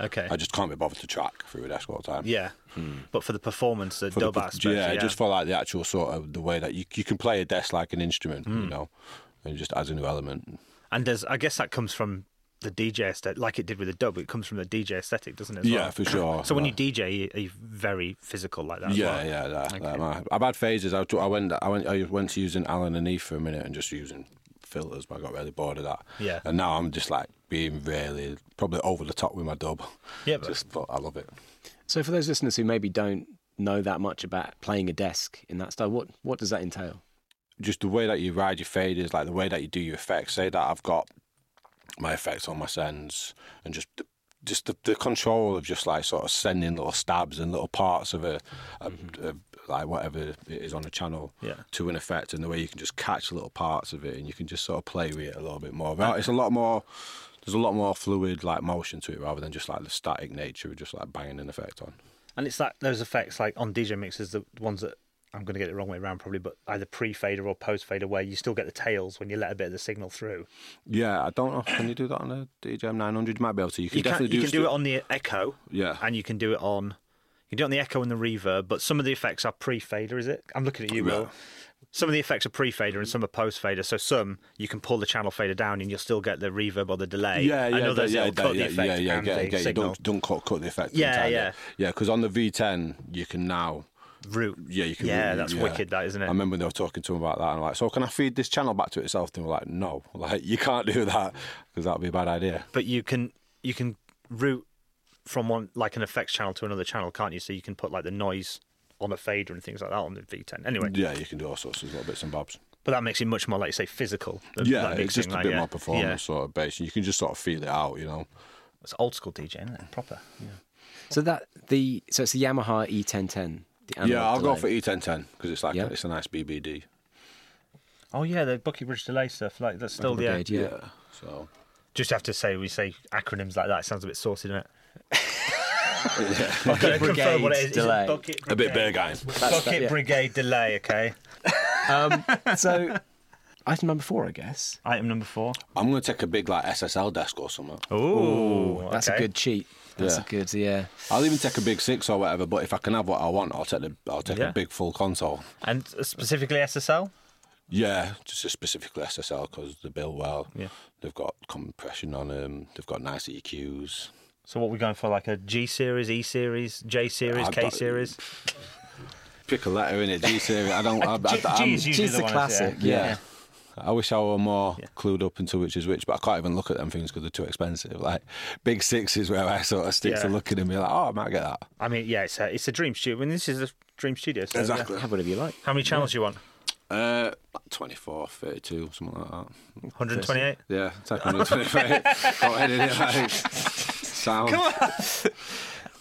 A: Okay.
D: I just can't be bothered to track through a desk all the time.
A: yeah. But for the performance, the
D: for the
A: dub
D: pro-
A: aspect.
D: Yeah, just for like the actual sort of the way that you you can play a desk like an instrument,
A: Hmm.
D: you know, and it just adds a new element.
A: and there's, I guess that comes from the DJ aesthetic, like it did with the dub. It comes from the DJ aesthetic, doesn't it? as
D: Yeah,
A: well?
D: for sure.
A: So when you
D: Like-
A: DJ, are you very physical like that? as
D: yeah,
A: well?
D: yeah, that, that might- I've had phases. I, I went, I went, I went to using Alan and Eve for a minute and just using filters, but I got really bored of that.
A: Yeah.
D: and now I'm just like being really probably over the top with my dub.
A: Yeah, but-
D: just but I love it.
B: So for those listeners who maybe don't know that much about playing a desk in that style, what, what does that entail?
D: just the way that you ride your faders, like the way that you do your effects. Say that I've got my effects on my sends, and just the- just the, the control of just like sort of sending little stabs and little parts of a, a, a- like whatever it is on a channel
A: Yeah.
D: to an effect, and the way you can just catch little parts of it, and you can just sort of play with it a little bit more. But it's a lot more. There's a lot more fluid like motion to it rather than just like the static nature of just like banging an effect on.
A: And it's that those effects like on DJ mixes, the ones that I'm going to get it wrong way around probably, but either pre fader or post fader, where you still get the tails when you let a bit of the signal through.
D: Yeah, I don't know. Can you do that on a DJM 900? You might be able to. You can
A: You can,
D: definitely
A: you can
D: do,
A: do it on the echo,
D: Yeah.
A: and you can do it on you can do it on the echo and the reverb. But some of the effects are pre fader, is it? I'm looking at you, Will.
D: Yeah.
A: Some of the effects are pre fader and some are post fader. So some you can pull the channel fader down and you'll still get the reverb or the delay.
D: Yeah, yeah,
A: and others
D: yeah,
A: it'll
D: yeah,
A: cut
D: yeah,
A: the effect
D: yeah, yeah,
A: and
D: get-
A: the
D: get you.
A: signal
D: Don't, don't cut, cut the effect.
A: Yeah,
D: entirely.
A: yeah.
D: yeah. Because on the V10, you can now.
A: root.
D: Yeah, you can.
A: Yeah,
D: really-
A: that's wicked, that isn't it?
D: I remember they were talking to him about that, and I'm like, so can I feed this channel back to itself? They were like, no, *laughs* like you can't do that because that'd be a bad idea.
A: but you can you can route from one like an effects channel to another channel, can't you? So you can put like the noise on a fader and things like that on the V10. Anyway,
D: Yeah, you can do all sorts of little bits and bobs.
A: but that makes it much more like say physical. that-
D: Yeah,
A: that big
D: it's just
A: thing,
D: a
A: like,
D: bit
A: yeah.
D: more performance
A: Yeah.
D: sort of bass, and you can just sort of feel it out, you know.
A: It's old school DJ, isn't it? Proper.
B: So that the so it's the Yamaha E1010. The analog
D: yeah, I'll go
B: delay.
D: for E E1010 because it's like
B: Yeah.
D: it's a nice BBD.
A: Oh yeah, the Bucky Bridge delay stuff. Like that's still
B: Brigade,
A: yeah.
B: yeah.
D: So *laughs*
A: Just have to say we say acronyms like that. It sounds a bit saucy, doesn't it?
D: *laughs*
A: I've got to confirm what it is. It's
B: delay.
A: Bucket
D: a
A: Brigade-
D: bit big, guy.
A: Bucket
B: yeah.
A: Brigade delay. Okay.
B: *laughs* So item number four, I guess.
A: Item number four.
D: I'm gonna take a big like SSL desk or something.
A: Oh,
B: That's a good cheat. That's
D: Yeah.
B: a good yeah.
D: I'll even take a big six or whatever. But if I can have what I want, I'll take the I'll take
A: Yeah.
D: a big full console.
A: And specifically SSL.
D: Yeah, just specifically SSL because they build well.
A: Yeah.
D: They've got compression on them. They've got nice E EQs.
A: So what are we going for? Like a G series, E series, J series,
D: I've
A: K
D: got-
A: series.
D: Pick a letter in it. G series. I don't. I,
A: *laughs* G,
D: I,
A: G
D: I'm-
A: is usually
B: She's
A: the,
B: the
A: one,
B: classic.
A: Yeah.
D: yeah. I wish I were more clued up into which is which, but I can't even look at them things because they're too expensive. Like big six is where I sort of stick to
A: Yeah.
D: looking and be like, oh, I might get that.
A: I mean, yeah, it's a it's a dream studio. I mean, this is a dream studio. So yeah.
B: Have whatever you like.
A: How many channels do you want?
D: Uh, 24, 32, something like that. *laughs*
A: 128.
D: Yeah, take
A: *laughs*
D: 128. Don't edit it like sound.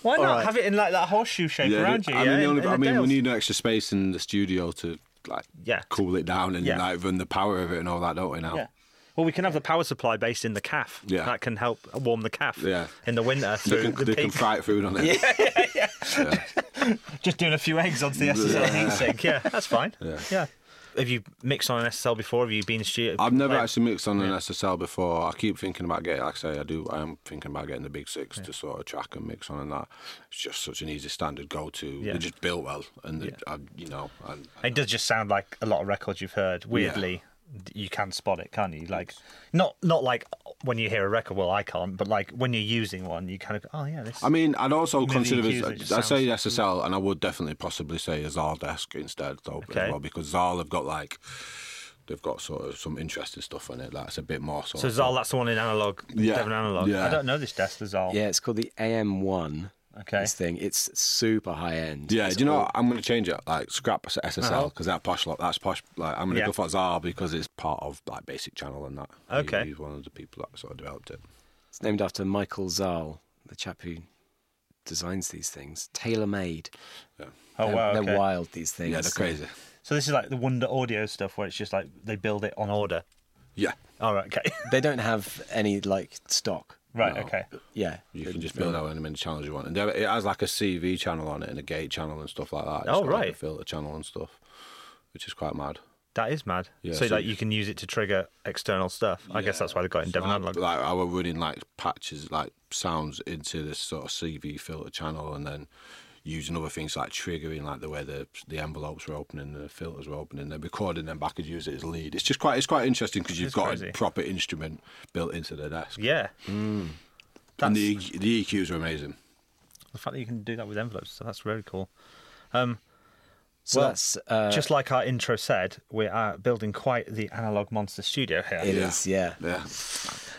A: Why not have it in like that horseshoe shape
D: Yeah,
A: around you?
D: I
A: yeah,
D: mean, the
A: in-
D: only,
A: in
D: I mean,
A: dales.
D: we need extra space in the studio to like
A: Yeah.
D: cool it down and
A: Yeah.
D: like run the power of it and all that, don't we? Now,
A: Yeah. Well, we can have the power supply based in the calf.
D: Yeah.
A: That can help warm the calf.
D: Yeah.
A: In the winter
D: they
A: through
D: can,
A: the
D: they can
A: peak.
D: fry food on it. Yeah,
A: Just doing a few eggs onto the SSL heat sink. Yeah, that's fine. Yeah. Have you mixed on an SSL before? Have you been in studio?
D: I've never
A: like-
D: actually mixed on an SSL before. I keep thinking about getting, like I say, I do. I am thinking about getting the big six to sort of track and mix on and that. It's just such an easy standard go to.
A: Yeah.
D: They just built well, and they, I, you know, and
A: It does just sound like a lot of records you've heard. Weirdly, d- you can spot it, can't you? Like, not not like when you hear a record. Well, I can't, but like when you're using one, you kind of go, oh yeah, this.
D: I mean, I'd also
A: the
D: consider
A: EQs, it
D: this.
A: just mm.
D: I say SSL, and I would definitely possibly say a Zal desk instead, though,
A: Okay.
D: as well, because Zal have got like they've got sort of some interesting stuff on it. That's a bit more sort
A: so
D: of
A: Zal, that's the one in analog.
D: Yeah,
A: Devon analog.
D: yeah.
A: I don't know this desk, the Zal.
B: Yeah, it's called the AM1.
A: Okay.
B: This thing, it's super high end.
D: Yeah,
B: It's
D: do you know
B: all-
D: what? I'm going to change it. Like scrap SSL because that posh lot. That's posh. Like I'm going
A: Uh-huh.
D: to
A: Yeah.
D: go for Zal because it's part of like Basic Channel and that. He-
A: Okay.
D: he's one of the people that sort of developed it.
B: It's named after Michael Zal, the chap who designs these things, tailor made.
A: Oh
B: they're,
A: wow.
B: they're
A: Okay.
B: wild. These things.
D: Yeah, they're crazy.
A: So this is like the Wonder Audio stuff, where it's just like they build it on order.
D: Yeah,
A: All right. Okay. *laughs*
B: They don't have any like stock.
A: right.
D: No.
A: Okay.
B: Yeah,
D: you
B: They
D: can just build however many channels you want, and there- it has like a CV channel on it and a gate channel and stuff like that. It's
A: Oh,
D: got, like, a
A: right.
D: filter channel and stuff, which is quite mad.
A: That is mad.
D: Yeah,
A: so,
D: so
A: like
D: you-
A: you can use it to trigger external stuff. I guess that's why they got it in
D: So
A: Devon
D: I-
A: analog.
D: Like I were running like patches, like sounds into this sort of CV filter channel, and then using other things like triggering, like the way the the envelopes were opening, the filters were opening, then recording them back and use it as lead. It's just quite it's quite interesting because you've
A: is
D: got
A: crazy.
D: a proper instrument built into the desk,
A: Yeah.
D: and
A: That's-
D: the E- the EQs are amazing.
A: The fact that you can do that with envelopes, so that's very cool.
B: So
A: Well,
B: that's uh,
A: Just like our intro said, we are building quite the analog monster studio here.
B: it is. Yeah,
D: Yeah,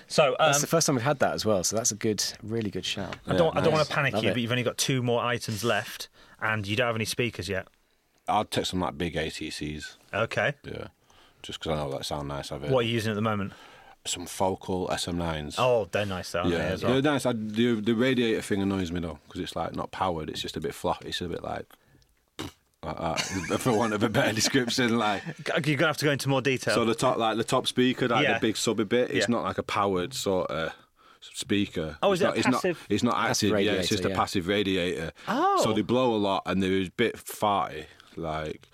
A: So um,
B: that's the first time we've had that as well. So that's a good, really good shout.
A: I don't, I don't want
B: nice.
A: to panic
B: Love
A: you,
B: it.
A: but you've only got two more items left, and you don't have any speakers yet.
D: I'll take some like big ATCs.
A: Okay.
D: Yeah. Just because I know that sound nice, I've heard
A: What are you using at the moment?
D: some focal SM9s.
A: Oh, they're nice though. Aren't they,
D: Yeah,
A: as well?
D: they're nice. I, the, the radiator thing annoys me though because it's like not powered. It's just a bit fluffy. It's a bit like, *laughs* like that, for want of a better description. Like
A: You're gonna have to go into more detail.
D: so, the top like the top speaker, like
A: Yeah.
D: the big subby bit. It's
A: Yeah.
D: not like a powered sort of speaker.
A: Oh, is
D: it's
A: it a
D: not, it's
A: passive-
D: Not, it's not active. Yeah, it's
B: radiator,
D: just a
B: yeah.
D: passive radiator.
A: Oh.
D: So they blow a lot and they're a bit farty. Like,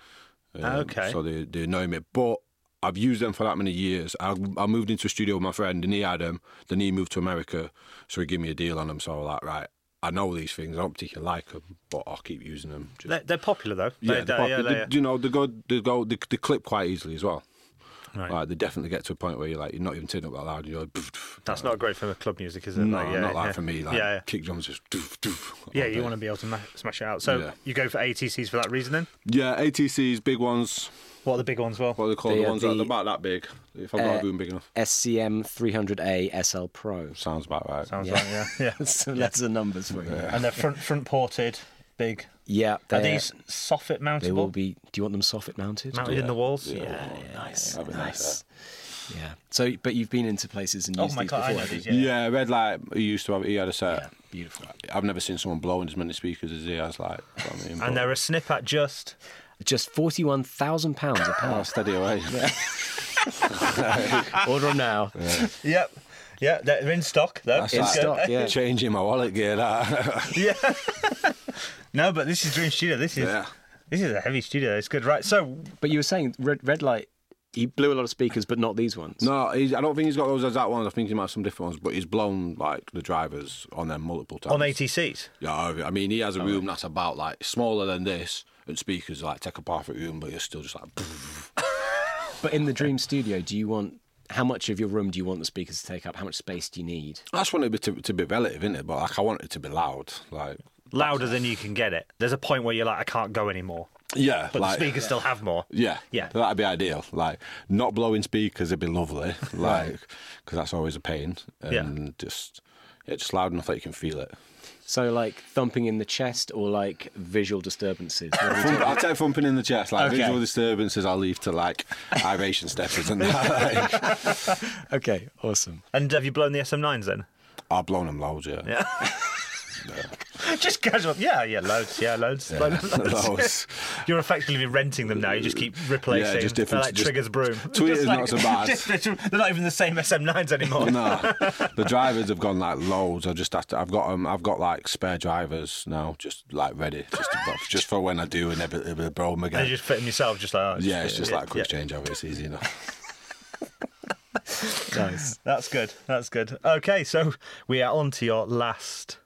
D: um,
A: Okay.
D: So they, they annoy me. But I've used them for that many years. I, I moved into a studio with my friend and he had them. Then he moved to America. So he gave me a deal on them. So I was like, right, I know these things. I don't particularly like them, but I'll keep using them. Just,
A: They're, they're popular though. They-
D: yeah, they're
A: they-
D: pop-
A: yeah,
D: they-
A: they-
D: you know, they go, they go, they, they clip quite easily as well.
A: Right.
D: Like, they definitely get to a point where you're like, you're not even turning up that loud. And you're like,
A: That's not great for club music, is it?
D: no,
A: Like, yeah,
D: not like
A: yeah.
D: for me. Like
A: yeah, yeah.
D: kick drums, just doof, doof.
A: Yeah, you want to be able to ma- smash it out. So
D: Yeah.
A: you go for ATCs for that reason then?
D: Yeah, ATCs, big ones.
A: What are the big ones? Well,
D: What are they called?
B: They
D: the
B: are
D: ones that
B: the-
D: are about that big. If I've
B: Uh,
D: got a boom big enough,
B: SCM 300A SL Pro.
D: sounds about right.
A: sounds
B: yeah.
A: like, yeah. yeah.
B: *laughs* so that's the numbers for you. Yeah,
A: And they're front, front ported, big. Are
B: they're-
A: these
D: uh,
A: soffit mountable?
B: They will be. Do you want them soffit mounted?
A: mounted Oh, in the walls? Yeah.
B: Nice,
D: That'd be
B: nice.
D: nice,
B: Yeah. So, but you've been into places and
A: Oh
B: used
A: my
B: these
A: god, I
B: before.
A: know
B: haven't
A: these.
B: you?
A: Yeah.
D: Yeah, Red Light. He used to have. He had a set.
B: Yeah, Beautiful.
D: I've never seen someone blowing as many speakers as he has. Like, you know what I
A: *laughs*
D: mean,
A: And they're a snip at just.
B: Just forty-one thousand pounds a
A: *laughs*
D: but- Oh,
B: pound. *laughs*
D: steady away.
B: Order them now.
A: Yep. Yeah, they're in stock though.
D: That's
B: In
D: like
B: stock. Yeah.
D: Changing my wallet gear. That. *laughs*
A: Yeah. *laughs* no, but this is Dream Studio. This is
D: yeah.
A: this is a heavy studio. It's good, right? So
B: But you were saying red, red light. He blew a lot of speakers, but not these ones.
D: No, he's, I don't think he's got those exact ones. I think he might have some different ones, but he's blown like the drivers on them multiple times.
A: on ATCs,
D: Yeah, I I mean, he has a room that's about like smaller than this, and speakers like take up half a room, but you're still just like.
B: But in the dream studio, do you want? How much of your room do you want the speakers to take up? How much space do you need?
D: That's wanted it to, to be relative, isn't it? But like, I want it to be loud. Like,
A: louder than you can get it. There's a point where you're like, I can't go anymore,
D: yeah,
A: but
D: like,
A: the speakers still have more.
D: Yeah,
A: Yeah.
D: that'd be ideal. Like, not blowing speakers would be *laughs* lovely. Like, because that's always a pain. And
A: Yeah.
D: just, yeah, just loud enough that you can feel it.
B: So, like thumping in the chest or like visual *laughs* disturbances? What are we
D: Thump, I'll take thumping in the chest. Like,
B: Okay.
D: visual disturbances, I'll leave to like iration steppers and *laughs* that. Like,
B: talking- okay, awesome.
A: And have you blown the SM9s then?
D: I've blown them loads, yeah.
A: Yeah. *laughs* just casual. Yeah, yeah, loads. Yeah, loads. loads, loads.
D: *laughs* Loads.
A: You're effectively renting them now. You just keep replacing.
D: Yeah, just different-
A: They're like
D: just-
A: Trigger's
D: *laughs*
A: broom.
D: Tweeter's
A: Just like-
D: not so
A: *laughs*
D: bad.
A: just- they're not even the same SM9s anymore.
D: *laughs* no, the drivers have gone like loads. I just have to, I've got 'em- I've got like spare drivers now, just like ready, just to- just for when I do and they'll be blow 'em
A: And *laughs*
D: again.
A: you just fit them yourself, just like oh,
D: yeah, it's just
A: yeah,
D: like a quick
A: yeah.
D: change over. It's easy enough.
B: Nice.
A: That's good. That's good. Okay, so we are on to your last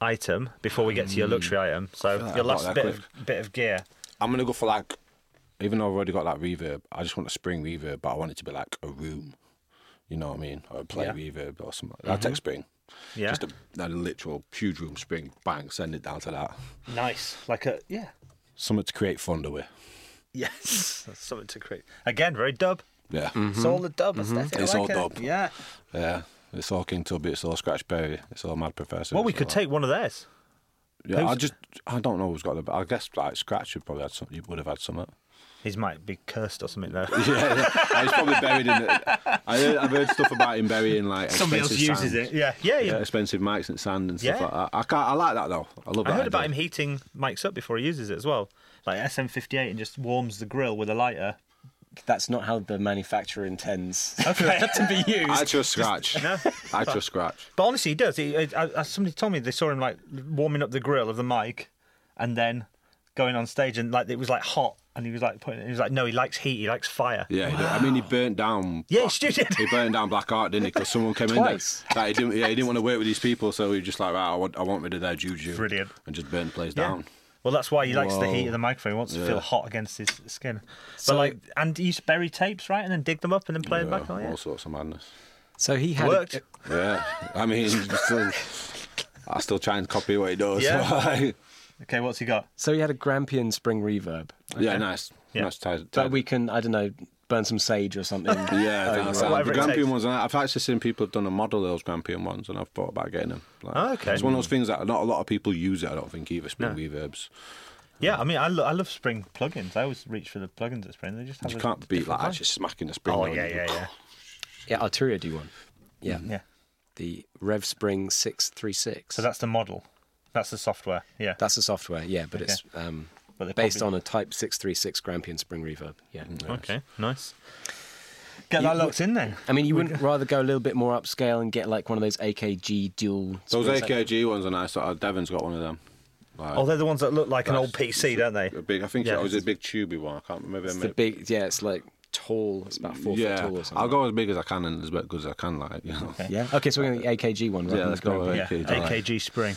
A: item before we get to your luxury item. So
D: Hmm. like
A: your
D: I've got
A: last
D: that
A: bit of, bit of gear.
D: I'm gonna go for like, even though I've already got that reverb, I just want a spring reverb, but I want it to be like a room. You know what I mean? Or a play
A: Yeah. Mm-hmm.
D: reverb or something. I'll take spring.
A: Yeah.
D: Just a, a literal huge room spring, bang, send it down to that.
A: Nice. Like a yeah.
D: Something to create thunder with.
A: Yes. *laughs* That's something to create. Again, very dub.
D: Yeah.
A: It's all the dub aesthetic. I
D: Hmm. Mm-hmm. It's all
A: like it.
D: dub.
A: Yeah.
D: Yeah. It's all King Tubby, it's all Scratch Perry, it's all Mad Professor.
A: Well, we
D: it's
A: could
D: all-
A: take one of theirs.
D: Yeah, I
A: Who's-
D: just I don't know who's got the. I guess like Scratch would probably had some. You would have had some. of it.
A: His might be cursed or something though.
D: yeah, yeah. he's probably buried in. it. I heard, I've heard stuff about him burying
A: *laughs*
D: like
A: Somebody else
D: expensive
A: uses it.
D: sand.
A: Yeah. Yeah.
D: Yeah,
A: yeah.
D: expensive mics and sand and stuff
A: Yeah.
D: like that. I can't, I like that though. I love.
A: I
D: that
A: heard about him
D: idea.
A: heating mics up before he uses it as well. Like SM58 and just warms the grill with a lighter.
B: *laughs* That's not how the manufacturer *laughs* intends
A: Okay.
B: to be used.
D: I trust Scratch. I trust Scratch.
A: But honestly, he does. He, I, I, somebody told me they saw him like warming up the grill of the mic, and then going on stage and like it was like hot, and he was like putting. He was like, no, he likes heat. He likes fire.
D: Yeah, he did. I mean, he burnt down.
A: *laughs* Yeah, he did.
D: He burnt down Black Art, didn't he? Because someone came
B: Twice.
D: in there. Like, he didn't, yeah, he didn't want to work with these people, so he was just like, right, I want, I want rid of their juju.
A: Brilliant.
D: And just burn plays
A: Yeah.
D: down.
A: Well, that's why he likes the heat of the microphone. He wants to feel hot against his skin. but like, and he used to bury tapes, right, and then dig them up and then play them back. Oh,
D: Yeah,
A: yeah.
D: all sorts of madness.
B: *laughs* So he had
A: Worked.
D: Yeah, I mean, *laughs* still, I still try and copy what he does. *laughs*
A: Yeah.
D: Yeah,
A: Okay, what's he got?
B: so he had a Grampian spring reverb.
D: yeah nice.
A: Yeah.
D: Nice tie. tie-
B: But we can, I don't know, burn some sage or *laughs* something.
D: yeah,
B: over
D: down
B: it.
D: south.
A: Oh, Whatever
D: the
A: it
D: Grampian
A: takes.
D: ones. and I- I've actually seen people have done a model of those Grampian ones, and I've thought about getting them. Like,
A: Oh, okay.
D: It's one of those things that not a lot of people use. It, I don't think either. Spring reverbs.
A: Yeah, I mean, I, lo- I love Spring plugins. I always reach for the plugins at Spring. They just have
D: You
A: a
D: can't beat like
A: different vibe.
D: actually smacking a spring.
A: Oh
D: on
A: yeah,
D: it.
A: yeah, yeah,
B: Yeah, Arturia do one. Yeah.
A: yeah.
B: The Rev Spring 636.
A: So that's the model. That's the software. Yeah.
B: That's the software, yeah, but it's um,
A: But they
B: based
A: probably-
B: on a Type 636 Grampian spring reverb. Yeah.
A: Okay, nice. Get that locked in then.
B: I mean, you wouldn't rather go a little bit more upscale and get like one of those AKG dual.
D: Those
B: springs?
D: AKG ones are nice. Uh, Devon's got one of them. Like,
A: Oh, they're the ones that look like an
D: that's-
A: old PC, don't they?
D: A big, I think
A: Yeah,
D: it was a
A: it's-
D: big tubey one. I can't remember.
B: It's
D: I
B: the
D: made-
B: big, yeah, it's like tall. It's about four
D: yeah,
B: foot tall or something.
D: I'll go as big as I can and as big as I can. Like, you know.
B: Yeah. Okay, so we're going to the AKG one, right?
D: Yeah, let's go with
A: Yeah,
D: AKG.
A: AKG Spring.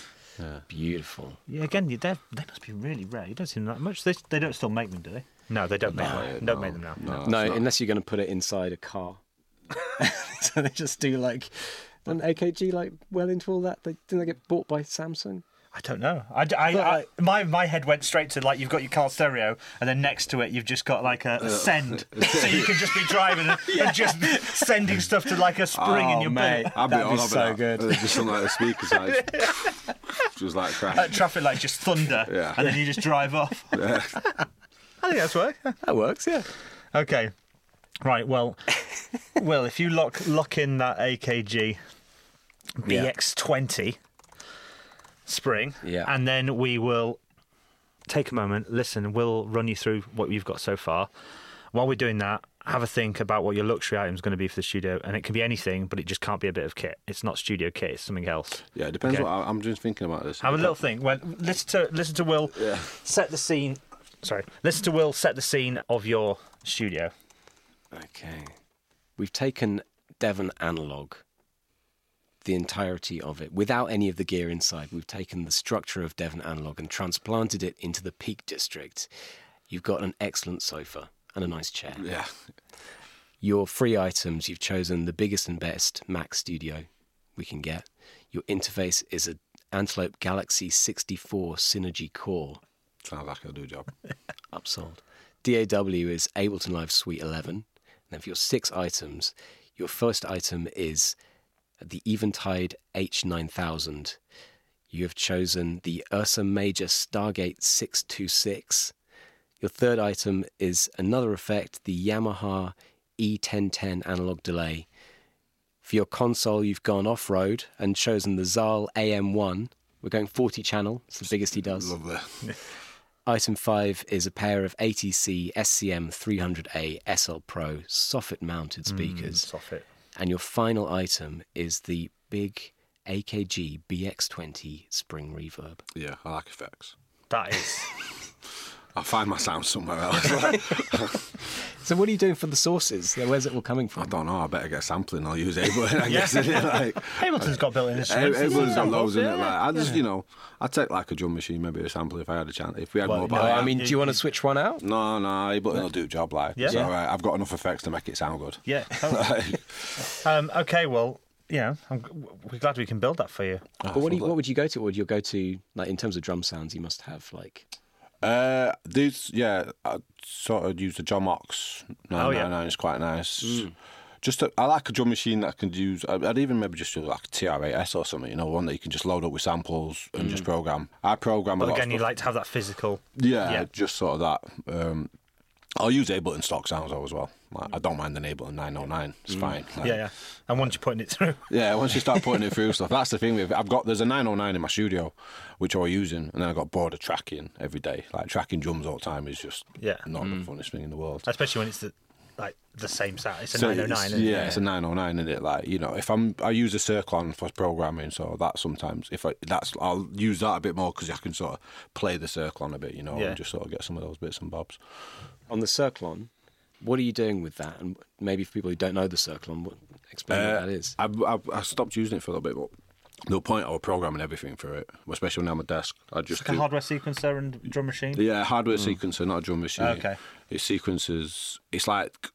B: Beautiful.
A: Yeah, again, you- they're- they must be really rare. You don't see them that much. They, they don't still make them, do they? No, they don't make them. Don't make them now.
D: No,
B: no,
D: it's not-
B: unless you're going to put it inside a car. *laughs* so they just do like an AKG like well into all that. They didn't they get bought by Samsung?
A: I don't know. I, I-
B: But,
A: I-
B: like-
A: my my head went straight to like you've got your car stereo, and then next to it you've just got like
B: Uh,
A: a, a
B: *laughs*
A: send, so you can just be driving and, and just sending stuff to like a spring in
B: Oh,
A: your
B: mate.
A: boot.
D: I'd
B: That'd be
D: all over
B: so good.
D: There's just something like
A: *laughs*
D: the speakers, like, just like
A: At
D: crash.
A: traffic light, just thunder,
D: Yeah.
A: and then you just drive off. *laughs* I think that's right.
B: That works, yeah.
A: Okay, right. Well, *laughs* well, if you lock lock in that AKG BX20 spring,
B: Yeah.
A: and then we will take a moment, listen. We'll run you through what you've got so far. While we're doing that, have a think about what your luxury item is going to be for the studio, and it can be anything, but it just can't be a bit of kit. It's not studio kit; it's something else.
D: Yeah, it depends
A: Okay.
D: what I, I'm just thinking about this.
A: Have a little thing. When listen to listen to Will set the scene. Sorry, listen to Will set the scene of your studio.
B: Okay. We've taken Devon analog, the entirety of it, without any of the gear inside. We've taken the structure of Devon analog and transplanted it into the Peak District. You've got an excellent sofa and a nice chair.
D: *laughs* Yeah.
B: Your free items, you've chosen the biggest and best Mac Studio we can get. Your interface is a Antelope Galaxy 64 Synergy Core
D: Sounds like I'll do
A: *laughs*
D: a job.
B: upsold. DAW is Ableton Live Suite 11. And for your six items, your first item is the Eventide H9000. You have chosen the Ursa Major Stargate 626. Your third item is another effect, the Yamaha E1010 analog delay. For your console, you've gone off road and chosen the Zal AM1. We're going 40 channel, it's the biggest he does.
D: Lovely.
B: Item five is a pair of ATC SCM 300A SL Pro soffit mounted speakers.
A: Soffit.
B: And your final item is the big AKG BX20 spring reverb.
D: Yeah, I like effects.
A: That is.
D: I'll find my sound somewhere else. *laughs*
B: So, what are you doing for the sources? Where's it all coming *laughs*
D: I
B: from?
D: don't know. I better get sampling. I'll use Ableton. I *laughs* guess. isn't
A: *laughs*
D: it? like,
A: *laughs* Hamilton's got built in his
D: Ab- Ableton's got loads in it. Like, I just, you know, I'd take like a drum machine, maybe a sample if I had a chance. If we had
A: Well,
D: more,
A: no,
D: but
B: I
A: yeah.
B: mean, do you want to switch one out?
D: no, no, Ableton'll do a job. Like,
A: Yeah.
D: yeah.
A: Yeah.
D: all right. I've got enough effects to make it sound good. *laughs*
A: Yeah. totally. um, okay, well, you know, I'm, we're glad we can build that for you.
B: but what, do you, what would you go to? Or would you go to, like, in terms of drum sounds, you must have, like,
D: Uh, these, yeah, I sort of use the John Ox
A: Oh,
D: 999. It's quite nice.
A: Mm.
D: Just, a, I like a drum machine that I can use. I- I'd even maybe just do like a TR8S or something, you know, one that you can just load up with samples and just program. I program a
A: But
D: lot.
A: again,
D: of
A: you
D: stuff.
A: Mm. like to have that physical.
D: yeah,
A: yeah.
D: just sort of that. Um, I'll use Ableton stock sounds though as well. Like, I don't mind an Ableton 909. It's fine. Like,
A: Mm. Yeah, yeah. And once you're putting it through, *laughs*
D: yeah, once you start putting it through stuff, that's the thing. With, I've got there's a 909 in my studio, which I was using, and then I got bored of tracking every day. Like tracking drums all the time is just
A: Yeah.
D: not
B: Mm.
D: the funniest thing in the world.
A: especially when it's the, like the same sound, it's a
D: So
A: 909.
D: it's-
A: isn't it?
D: yeah, it's a 909, isn't it? Like you know, if I'm I use a circle on for programming, so that sometimes if I that's I'll use that a bit more because I can sort of play the circle on a bit, you know,
A: Yeah.
D: and just sort of get some of those bits and bobs.
B: on the Circlon. What are you doing with that? And maybe for people who don't know the Circlon, what, explain
D: Uh,
B: what that is.
D: I, I, I stopped using it for a little bit, but the point I was programming everything for it, especially when I'm at desk. I just
A: Like a
D: do-
A: hardware sequencer and drum machine.
D: Yeah, hardware sequencer, not a drum machine.
A: Okay.
D: It sequences. It's like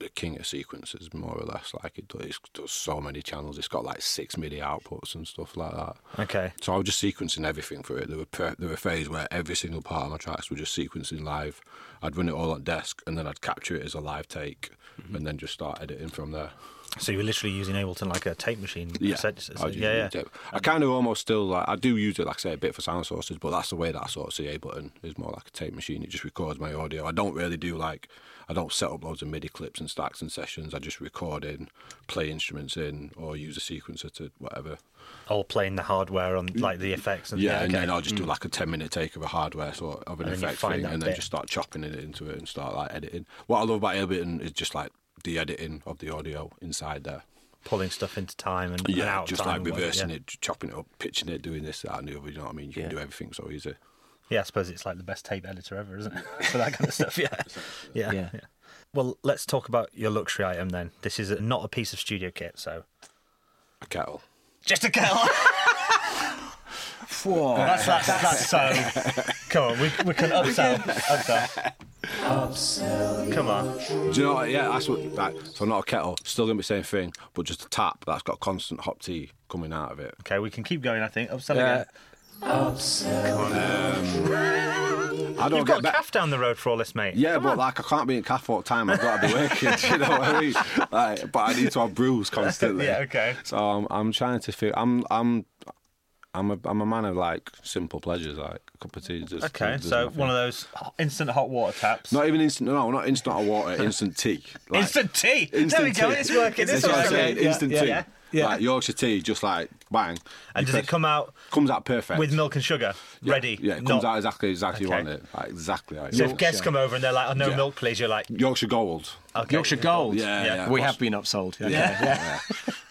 D: the king of sequences, more or less. Like it does, it does so many channels. It's got like six MIDI outputs and stuff like that.
A: Okay.
D: So I was just sequencing everything for it. There were pre- there were phases where every single part of my tracks were just sequencing live. I'd run it all on desk, and then I'd capture it as a live take, and then just start editing from there.
A: So you were literally using Ableton like a tape machine. essentially.
D: I was using
A: yeah, yeah.
D: it. I kind of almost still like I do use it, like I say, a bit for sound sources, but that's the way that I sort of see Ableton is more like a tape machine. It just records my audio. I don't really do like I don't set up loads of MIDI clips and stacks and sessions. I just record in, play instruments in, or use a sequencer to whatever.
A: All playing the hardware on like the effects and
D: Yeah,
A: yeah,
D: and
A: okay. Mm.
D: then I'll just do like a ten minute take of a hardware sort of an
A: And then you
D: effect
A: find
D: thing,
A: that
D: and then
A: bit.
D: just start chopping it into it and start like editing. What I love about Ableton is just like the editing of the audio inside there.
A: pulling stuff into time and, and
D: Yeah,
A: out
D: just
A: time
D: like
A: and whatever,
D: reversing
A: yeah.
D: it, chopping it up, pitching it, doing this, that, and the other. You know what I mean? You
B: Yeah.
D: can do everything so easy.
A: Yeah, I suppose it's like the best tape editor ever, isn't it? *laughs* For that kind of
D: *laughs*
A: stuff. Yeah. yeah.
B: Yeah.
A: Yeah. Well, let's talk about your luxury item then. This is not a piece of studio kit, so
D: A kettle.
A: just a kettle. *laughs* that's, that's, that's so.
D: *laughs*
A: Come on, we, we can upsell. upsell. Come on.
D: Do you know? What? Yeah, that's what. Like, so not a kettle. Still gonna be the same thing, but just a tap that's got constant hot tea coming out of it.
A: Okay, we can keep going, I think. Upsell
D: Yeah.
A: again.
D: I don't
A: You've
D: get
A: got
D: back.
A: calf down the road for all this, mate.
D: Yeah, but like I can't be in calf all the time. I've got to be working. *laughs* do you know what I mean? Like, but I need to have brews
A: *laughs*
D: constantly.
A: Yeah, okay.
D: So I'm, I'm trying to feel. I'm I'm I'm a I'm a man of like simple pleasures, like a cup of tea. Just,
A: Okay,
D: does
A: so
D: nothing.
A: one of those ho- instant hot water taps.
D: Not even instant. No, not instant hot water. Instant tea. Like,
A: instant tea. there we
D: instant
A: go.
D: tea.
A: It's working.
D: That's
A: It's
D: what I'm
A: working.
D: saying.
A: Yeah,
D: Instant
A: yeah,
D: tea.
A: yeah.
D: Like Yorkshire tea, just like bang.
A: And
D: You
A: does it
D: press-
A: come out
D: comes out perfect
A: with milk and sugar ready?
D: Yeah, it
A: not-
D: comes out exactly exactly
A: Okay.
D: you want it. Like, exactly. Like,
A: So if guests come over and they're like, "Oh, no
D: Yeah.
A: milk, please," you're like,
D: Yorkshire Gold.
A: "Okay."
B: Yorkshire Gold.
D: Yeah,
A: Yeah.
D: yeah.
B: We have been upsold. Okay, yeah.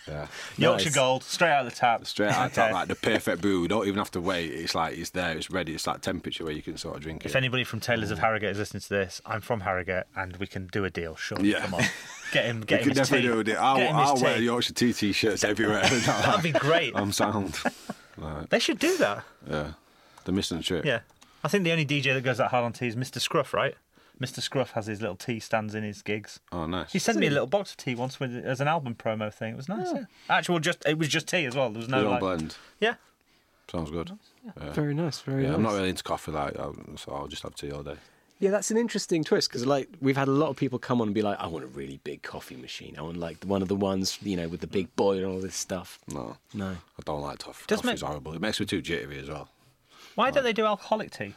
D: Yeah.
A: *laughs* Yorkshire
B: Nice.
A: Gold, straight out of the tap.
D: Straight out of the tap,
A: *laughs* Okay.
D: like the perfect brew. You don't even have to wait. It's like it's there. It's ready. It's like temperature where you can sort of drink
A: If
D: it.
A: anybody from Taylors of Harrogate is listening to this, I'm from Harrogate, and we can do a deal. Sure,
D: Yeah.
A: come
D: *laughs*
A: on, get him,
D: You
A: get him
D: can
A: his
D: definitely
A: tea.
D: do it.
A: Get
D: I'll,
A: him his
D: I'll wear
A: tea.
D: Yorkshire tea t-shirts everywhere. *laughs* That'd
A: That'd be
D: *laughs*
A: great.
D: I'm sound.
A: They should do that.
D: Yeah, the missing trip.
A: Yeah, I think the only DJ that goes that hard on tea is Mr. Scruff, right? Mr. Scruff has his little tea stands in his gigs.
D: Oh, nice.
A: He sent me a little box of tea once with, as an album promo thing. It was
D: Oh.
A: nice. Yeah. Actual, just it was just tea as well. There was no
D: Your own
A: like,
D: blend.
A: yeah.
D: Sounds good.
B: Very nice. Very
D: Yeah,
B: nice.
D: I'm not really into coffee, like, um, so I'll just have tea all day.
B: Yeah, that's an interesting twist because like we've had a lot of people come on and be like, I want a really big coffee machine. I want like the- one of the ones you know with the big boiler and all this stuff.
D: No,
B: No.
D: I don't like tough.
A: Doesn't
D: Coffee's
A: it-
D: horrible. It makes me too jittery as well.
A: Why don't they do alcoholic tea?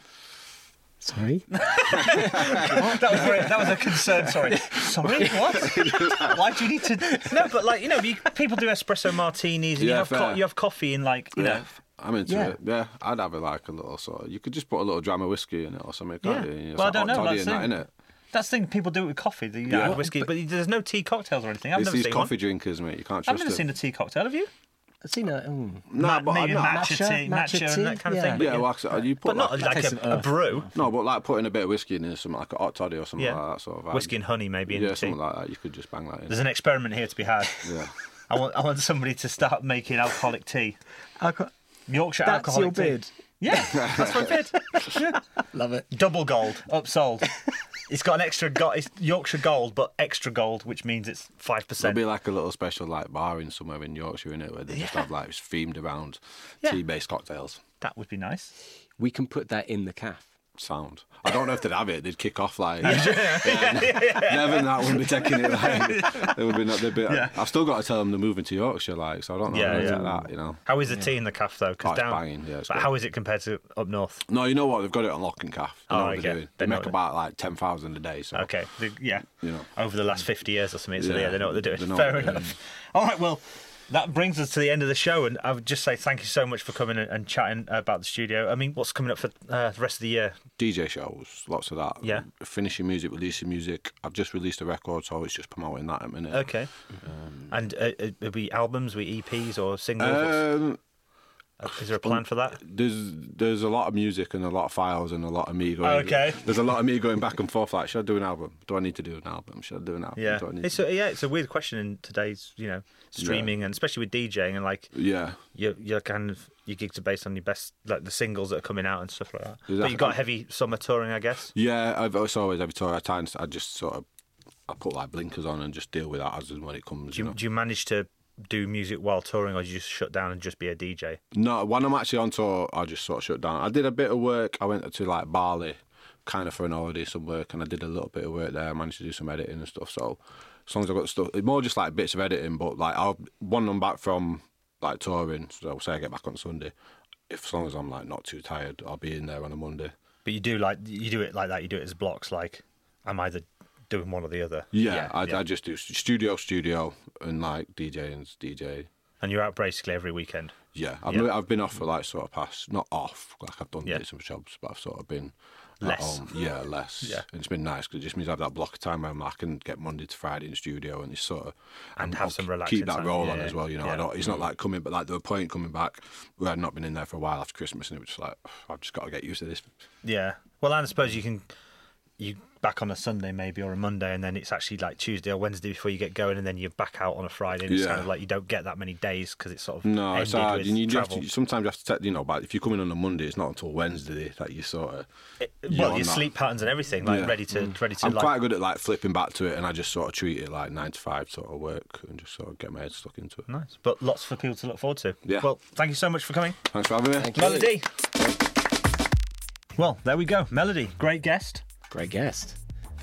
B: Sorry.
A: That was very, that was a concern.
D: *laughs*
A: Sorry, sorry. What? Why do you need to? No, but like you know, you, people do espresso martinis, and you
D: Yeah,
A: have co-
D: fair.
A: you have coffee in like you know.
D: I'm into
B: Yeah.
D: it. Yeah, I'd have it like a little sort. Of, you could just put a little dram of whiskey in it or something. Can't
A: Yeah.
D: you? It's
A: Well, I
D: like
A: don't
D: hot
A: know, like
D: toddy and that,
A: soon.
D: innit?
A: That's the thing people do with coffee. The, you know,
D: Yeah.
A: add whiskey, but there's no tea cocktails or anything. I've
D: It's
A: never
D: these
A: seen
D: coffee
A: one.
D: drinkers, mate. You can't trust
A: I've never seen a tea cocktail. Have you?
B: *laughs* I've seen that. mm.
D: No,
A: Ma-
D: but
A: maybe
D: I, no,
A: matcha, tea, matcha,
B: matcha tea,
A: and that kind
B: yeah.
A: of thing.
D: yeah, well, like, I said, you put
A: but not
D: like,
A: like
B: Tastes
A: a,
B: of
A: a
B: earth.
A: brew.
D: *laughs* no, but like putting a bit of whiskey in it, something like a hot toddy or something
A: Yeah.
D: like that sort of. vibe.
A: Whiskey and honey, maybe. in
D: Yeah,
A: the tea.
D: something like that. You could just bang that in.
A: There's an experiment here to be
D: *laughs*
A: had. *laughs*
D: Yeah.
A: I want I want somebody to start making alcoholic tea.
B: Alco-
A: Yorkshire
B: That's your
A: alcoholic tea.
B: bid.
A: Yeah, that's
D: *laughs*
A: my bid.
B: Love it.
A: Double gold, upsold. *laughs* It's got an extra go- it's Yorkshire gold, but extra gold, which means it's five
D: There'll
A: percent.
D: be like a little special like bar in somewhere in Yorkshire, in it, where they just have like it's themed around
A: Yeah.
D: tea-based cocktails.
A: That would be nice.
B: We can put that in the calf.
D: Sound. I don't know if they'd have it. They'd kick
A: *laughs*
D: off like *laughs* never. That wouldn't be taking it. Like, they would be not. They'd be.
A: Yeah.
D: I've still got to tell them they're moving to Yorkshire. Like, so I don't know.
A: Yeah,
D: Yeah,
A: yeah.
D: That, you know.
A: How is the tea in the calf though?
D: Oh,
A: Because
D: it's
A: down,
D: banging, yeah, it's
A: but
D: good.
A: how is it compared to up north?
D: No, you know what? They've got it on lock and calf. They
A: Oh,
D: know
A: I
D: what
A: get
D: they're
A: it.
D: doing.
A: They
D: They,
A: know
D: make
A: it.
D: about like ten thousand a day. So
A: Okay, the, yeah.
D: You know.
A: Over the last fifty years or something, so yeah,
D: Yeah,
A: they know what they're doing.
D: they know what
A: Fair
D: they're
A: enough. All right, well. That brings us to the end of the show, and I would just say thank you so much for coming and- and chatting about the studio. I mean, what's coming up for uh, the rest of the year?
D: DJ shows, lots of that.
A: Yeah.
D: Finishing music, releasing music. I've just released a record, so it's just promoting that at the minute.
A: Okay. and uh, it- it'll be albums, we EPs or singles. What's-
D: Um,
A: is there a plan for that?
D: there's there's a lot of music and a lot of files and a lot of me going.
A: Oh, Okay.
D: There's a lot of me going back and forth. Like, should I do an album? Do I need to do an album? Should I do an album?
A: Yeah,
D: Do I need
A: it's
D: to...
A: a, yeah, it's a weird question in today's you know streaming and especially with DJing and like
D: yeah.
A: your your kind of your gigs are based on your best like the singles that are coming out and stuff like that. But
D: Exactly.
A: you got heavy summer touring, I guess.
D: Yeah, I've it's always every time I times I just sort of I put like blinkers on and just deal with that as and when it comes.
A: Do
D: You
A: you,
D: know?
A: do you manage to do music while touring, or do you just shut down and just be a DJ?
D: No, when I'm actually on tour, I just sort of shut down. I did a bit of work. I went to like Bali, kind of for an holiday, some work, and I did a little bit of work there. I managed to do some editing and stuff. So as long as I got the stuff, it's more just like bits of editing. But like I'll when I'm back from like touring, so say I get back on Sunday. If as long as I'm like not too tired, I'll be in there on a Monday.
A: But you do like you do it like that. You do it as blocks. Like I'm either doing one or the other.
D: Yeah,
A: Yeah,
D: I,
A: yeah.
D: I just do studio, studio, and like DJing, DJ.
A: and you're out basically every weekend.
D: Yeah, I've,
A: Yeah.
D: I've been off for like sort of past, not off, like I've done
A: Yeah.
D: bits and jobs, but I've sort of been
A: less.
D: home. Yeah, less.
A: Yeah.
D: And it's been nice because it just means I have that block of time where I can get Monday to Friday in the studio and it's sort of
A: And
D: I'm-
A: have
D: I'll
A: some
D: keep
A: relaxing
D: that
A: time.
D: roll on
A: Yeah,
D: as well. You know,
A: yeah.
D: I don't, it's not like coming, but like the point coming back where I'd not been in there for a while after Christmas, and it was just like "Oh, I've just got to get used to this.
A: Yeah. Well, and I suppose you can you back on a Sunday maybe or a Monday, and then it's actually like Tuesday or Wednesday before you get going, and then you're back out on a Friday. And it's
D: Yeah.
A: kind of like you don't get that many days because it's sort of
D: No,
A: ended
D: it's hard.
A: with
D: You, you have
A: travel.
D: to, sometimes you have to, take, you know, but if you're coming on a Monday, it's not until Wednesday that you sort of.
A: well,
D: on
A: your
D: that.
A: sleep patterns and everything, like
D: Yeah. Mm.
A: ready to ready to
D: I'm
A: like
D: quite good at like flipping back to it, and I just sort of treat it like nine to five sort of work, and just sort of get my head stuck into it.
A: nice. But lots for people to look forward to.
D: Yeah.
A: Well, thank you so much for coming.
D: Thanks for having me.
A: Melody. Well, there we go. Melody, great guest
B: Great guest,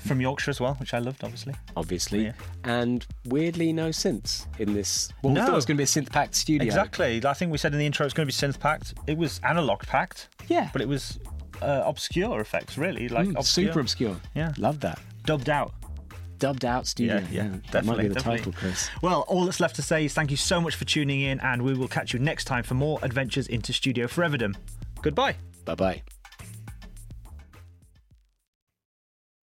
A: from Yorkshire as well, which I loved, obviously.
B: obviously.
A: Yeah.
B: And weirdly, no synths in this. Well, we
A: No.
B: thought it was going to be a synth packed studio.
A: Exactly. I think we said in the intro it's going to be synth packed. It was analog packed.
B: Yeah.
A: But it was uh, obscure effects, really. Like
B: Mm,
A: obscure,
B: Super obscure.
A: Yeah.
B: Love that.
A: dubbed out.
B: Dubbed out studio.
A: Yeah, yeah,
B: That might
A: definitely,
B: be the
A: definitely.
B: title, Chris.
A: Well, all that's left to say is thank you so much for tuning in, and we will catch you next time for more adventures into Studio Foreverdom. Goodbye.
B: Bye bye.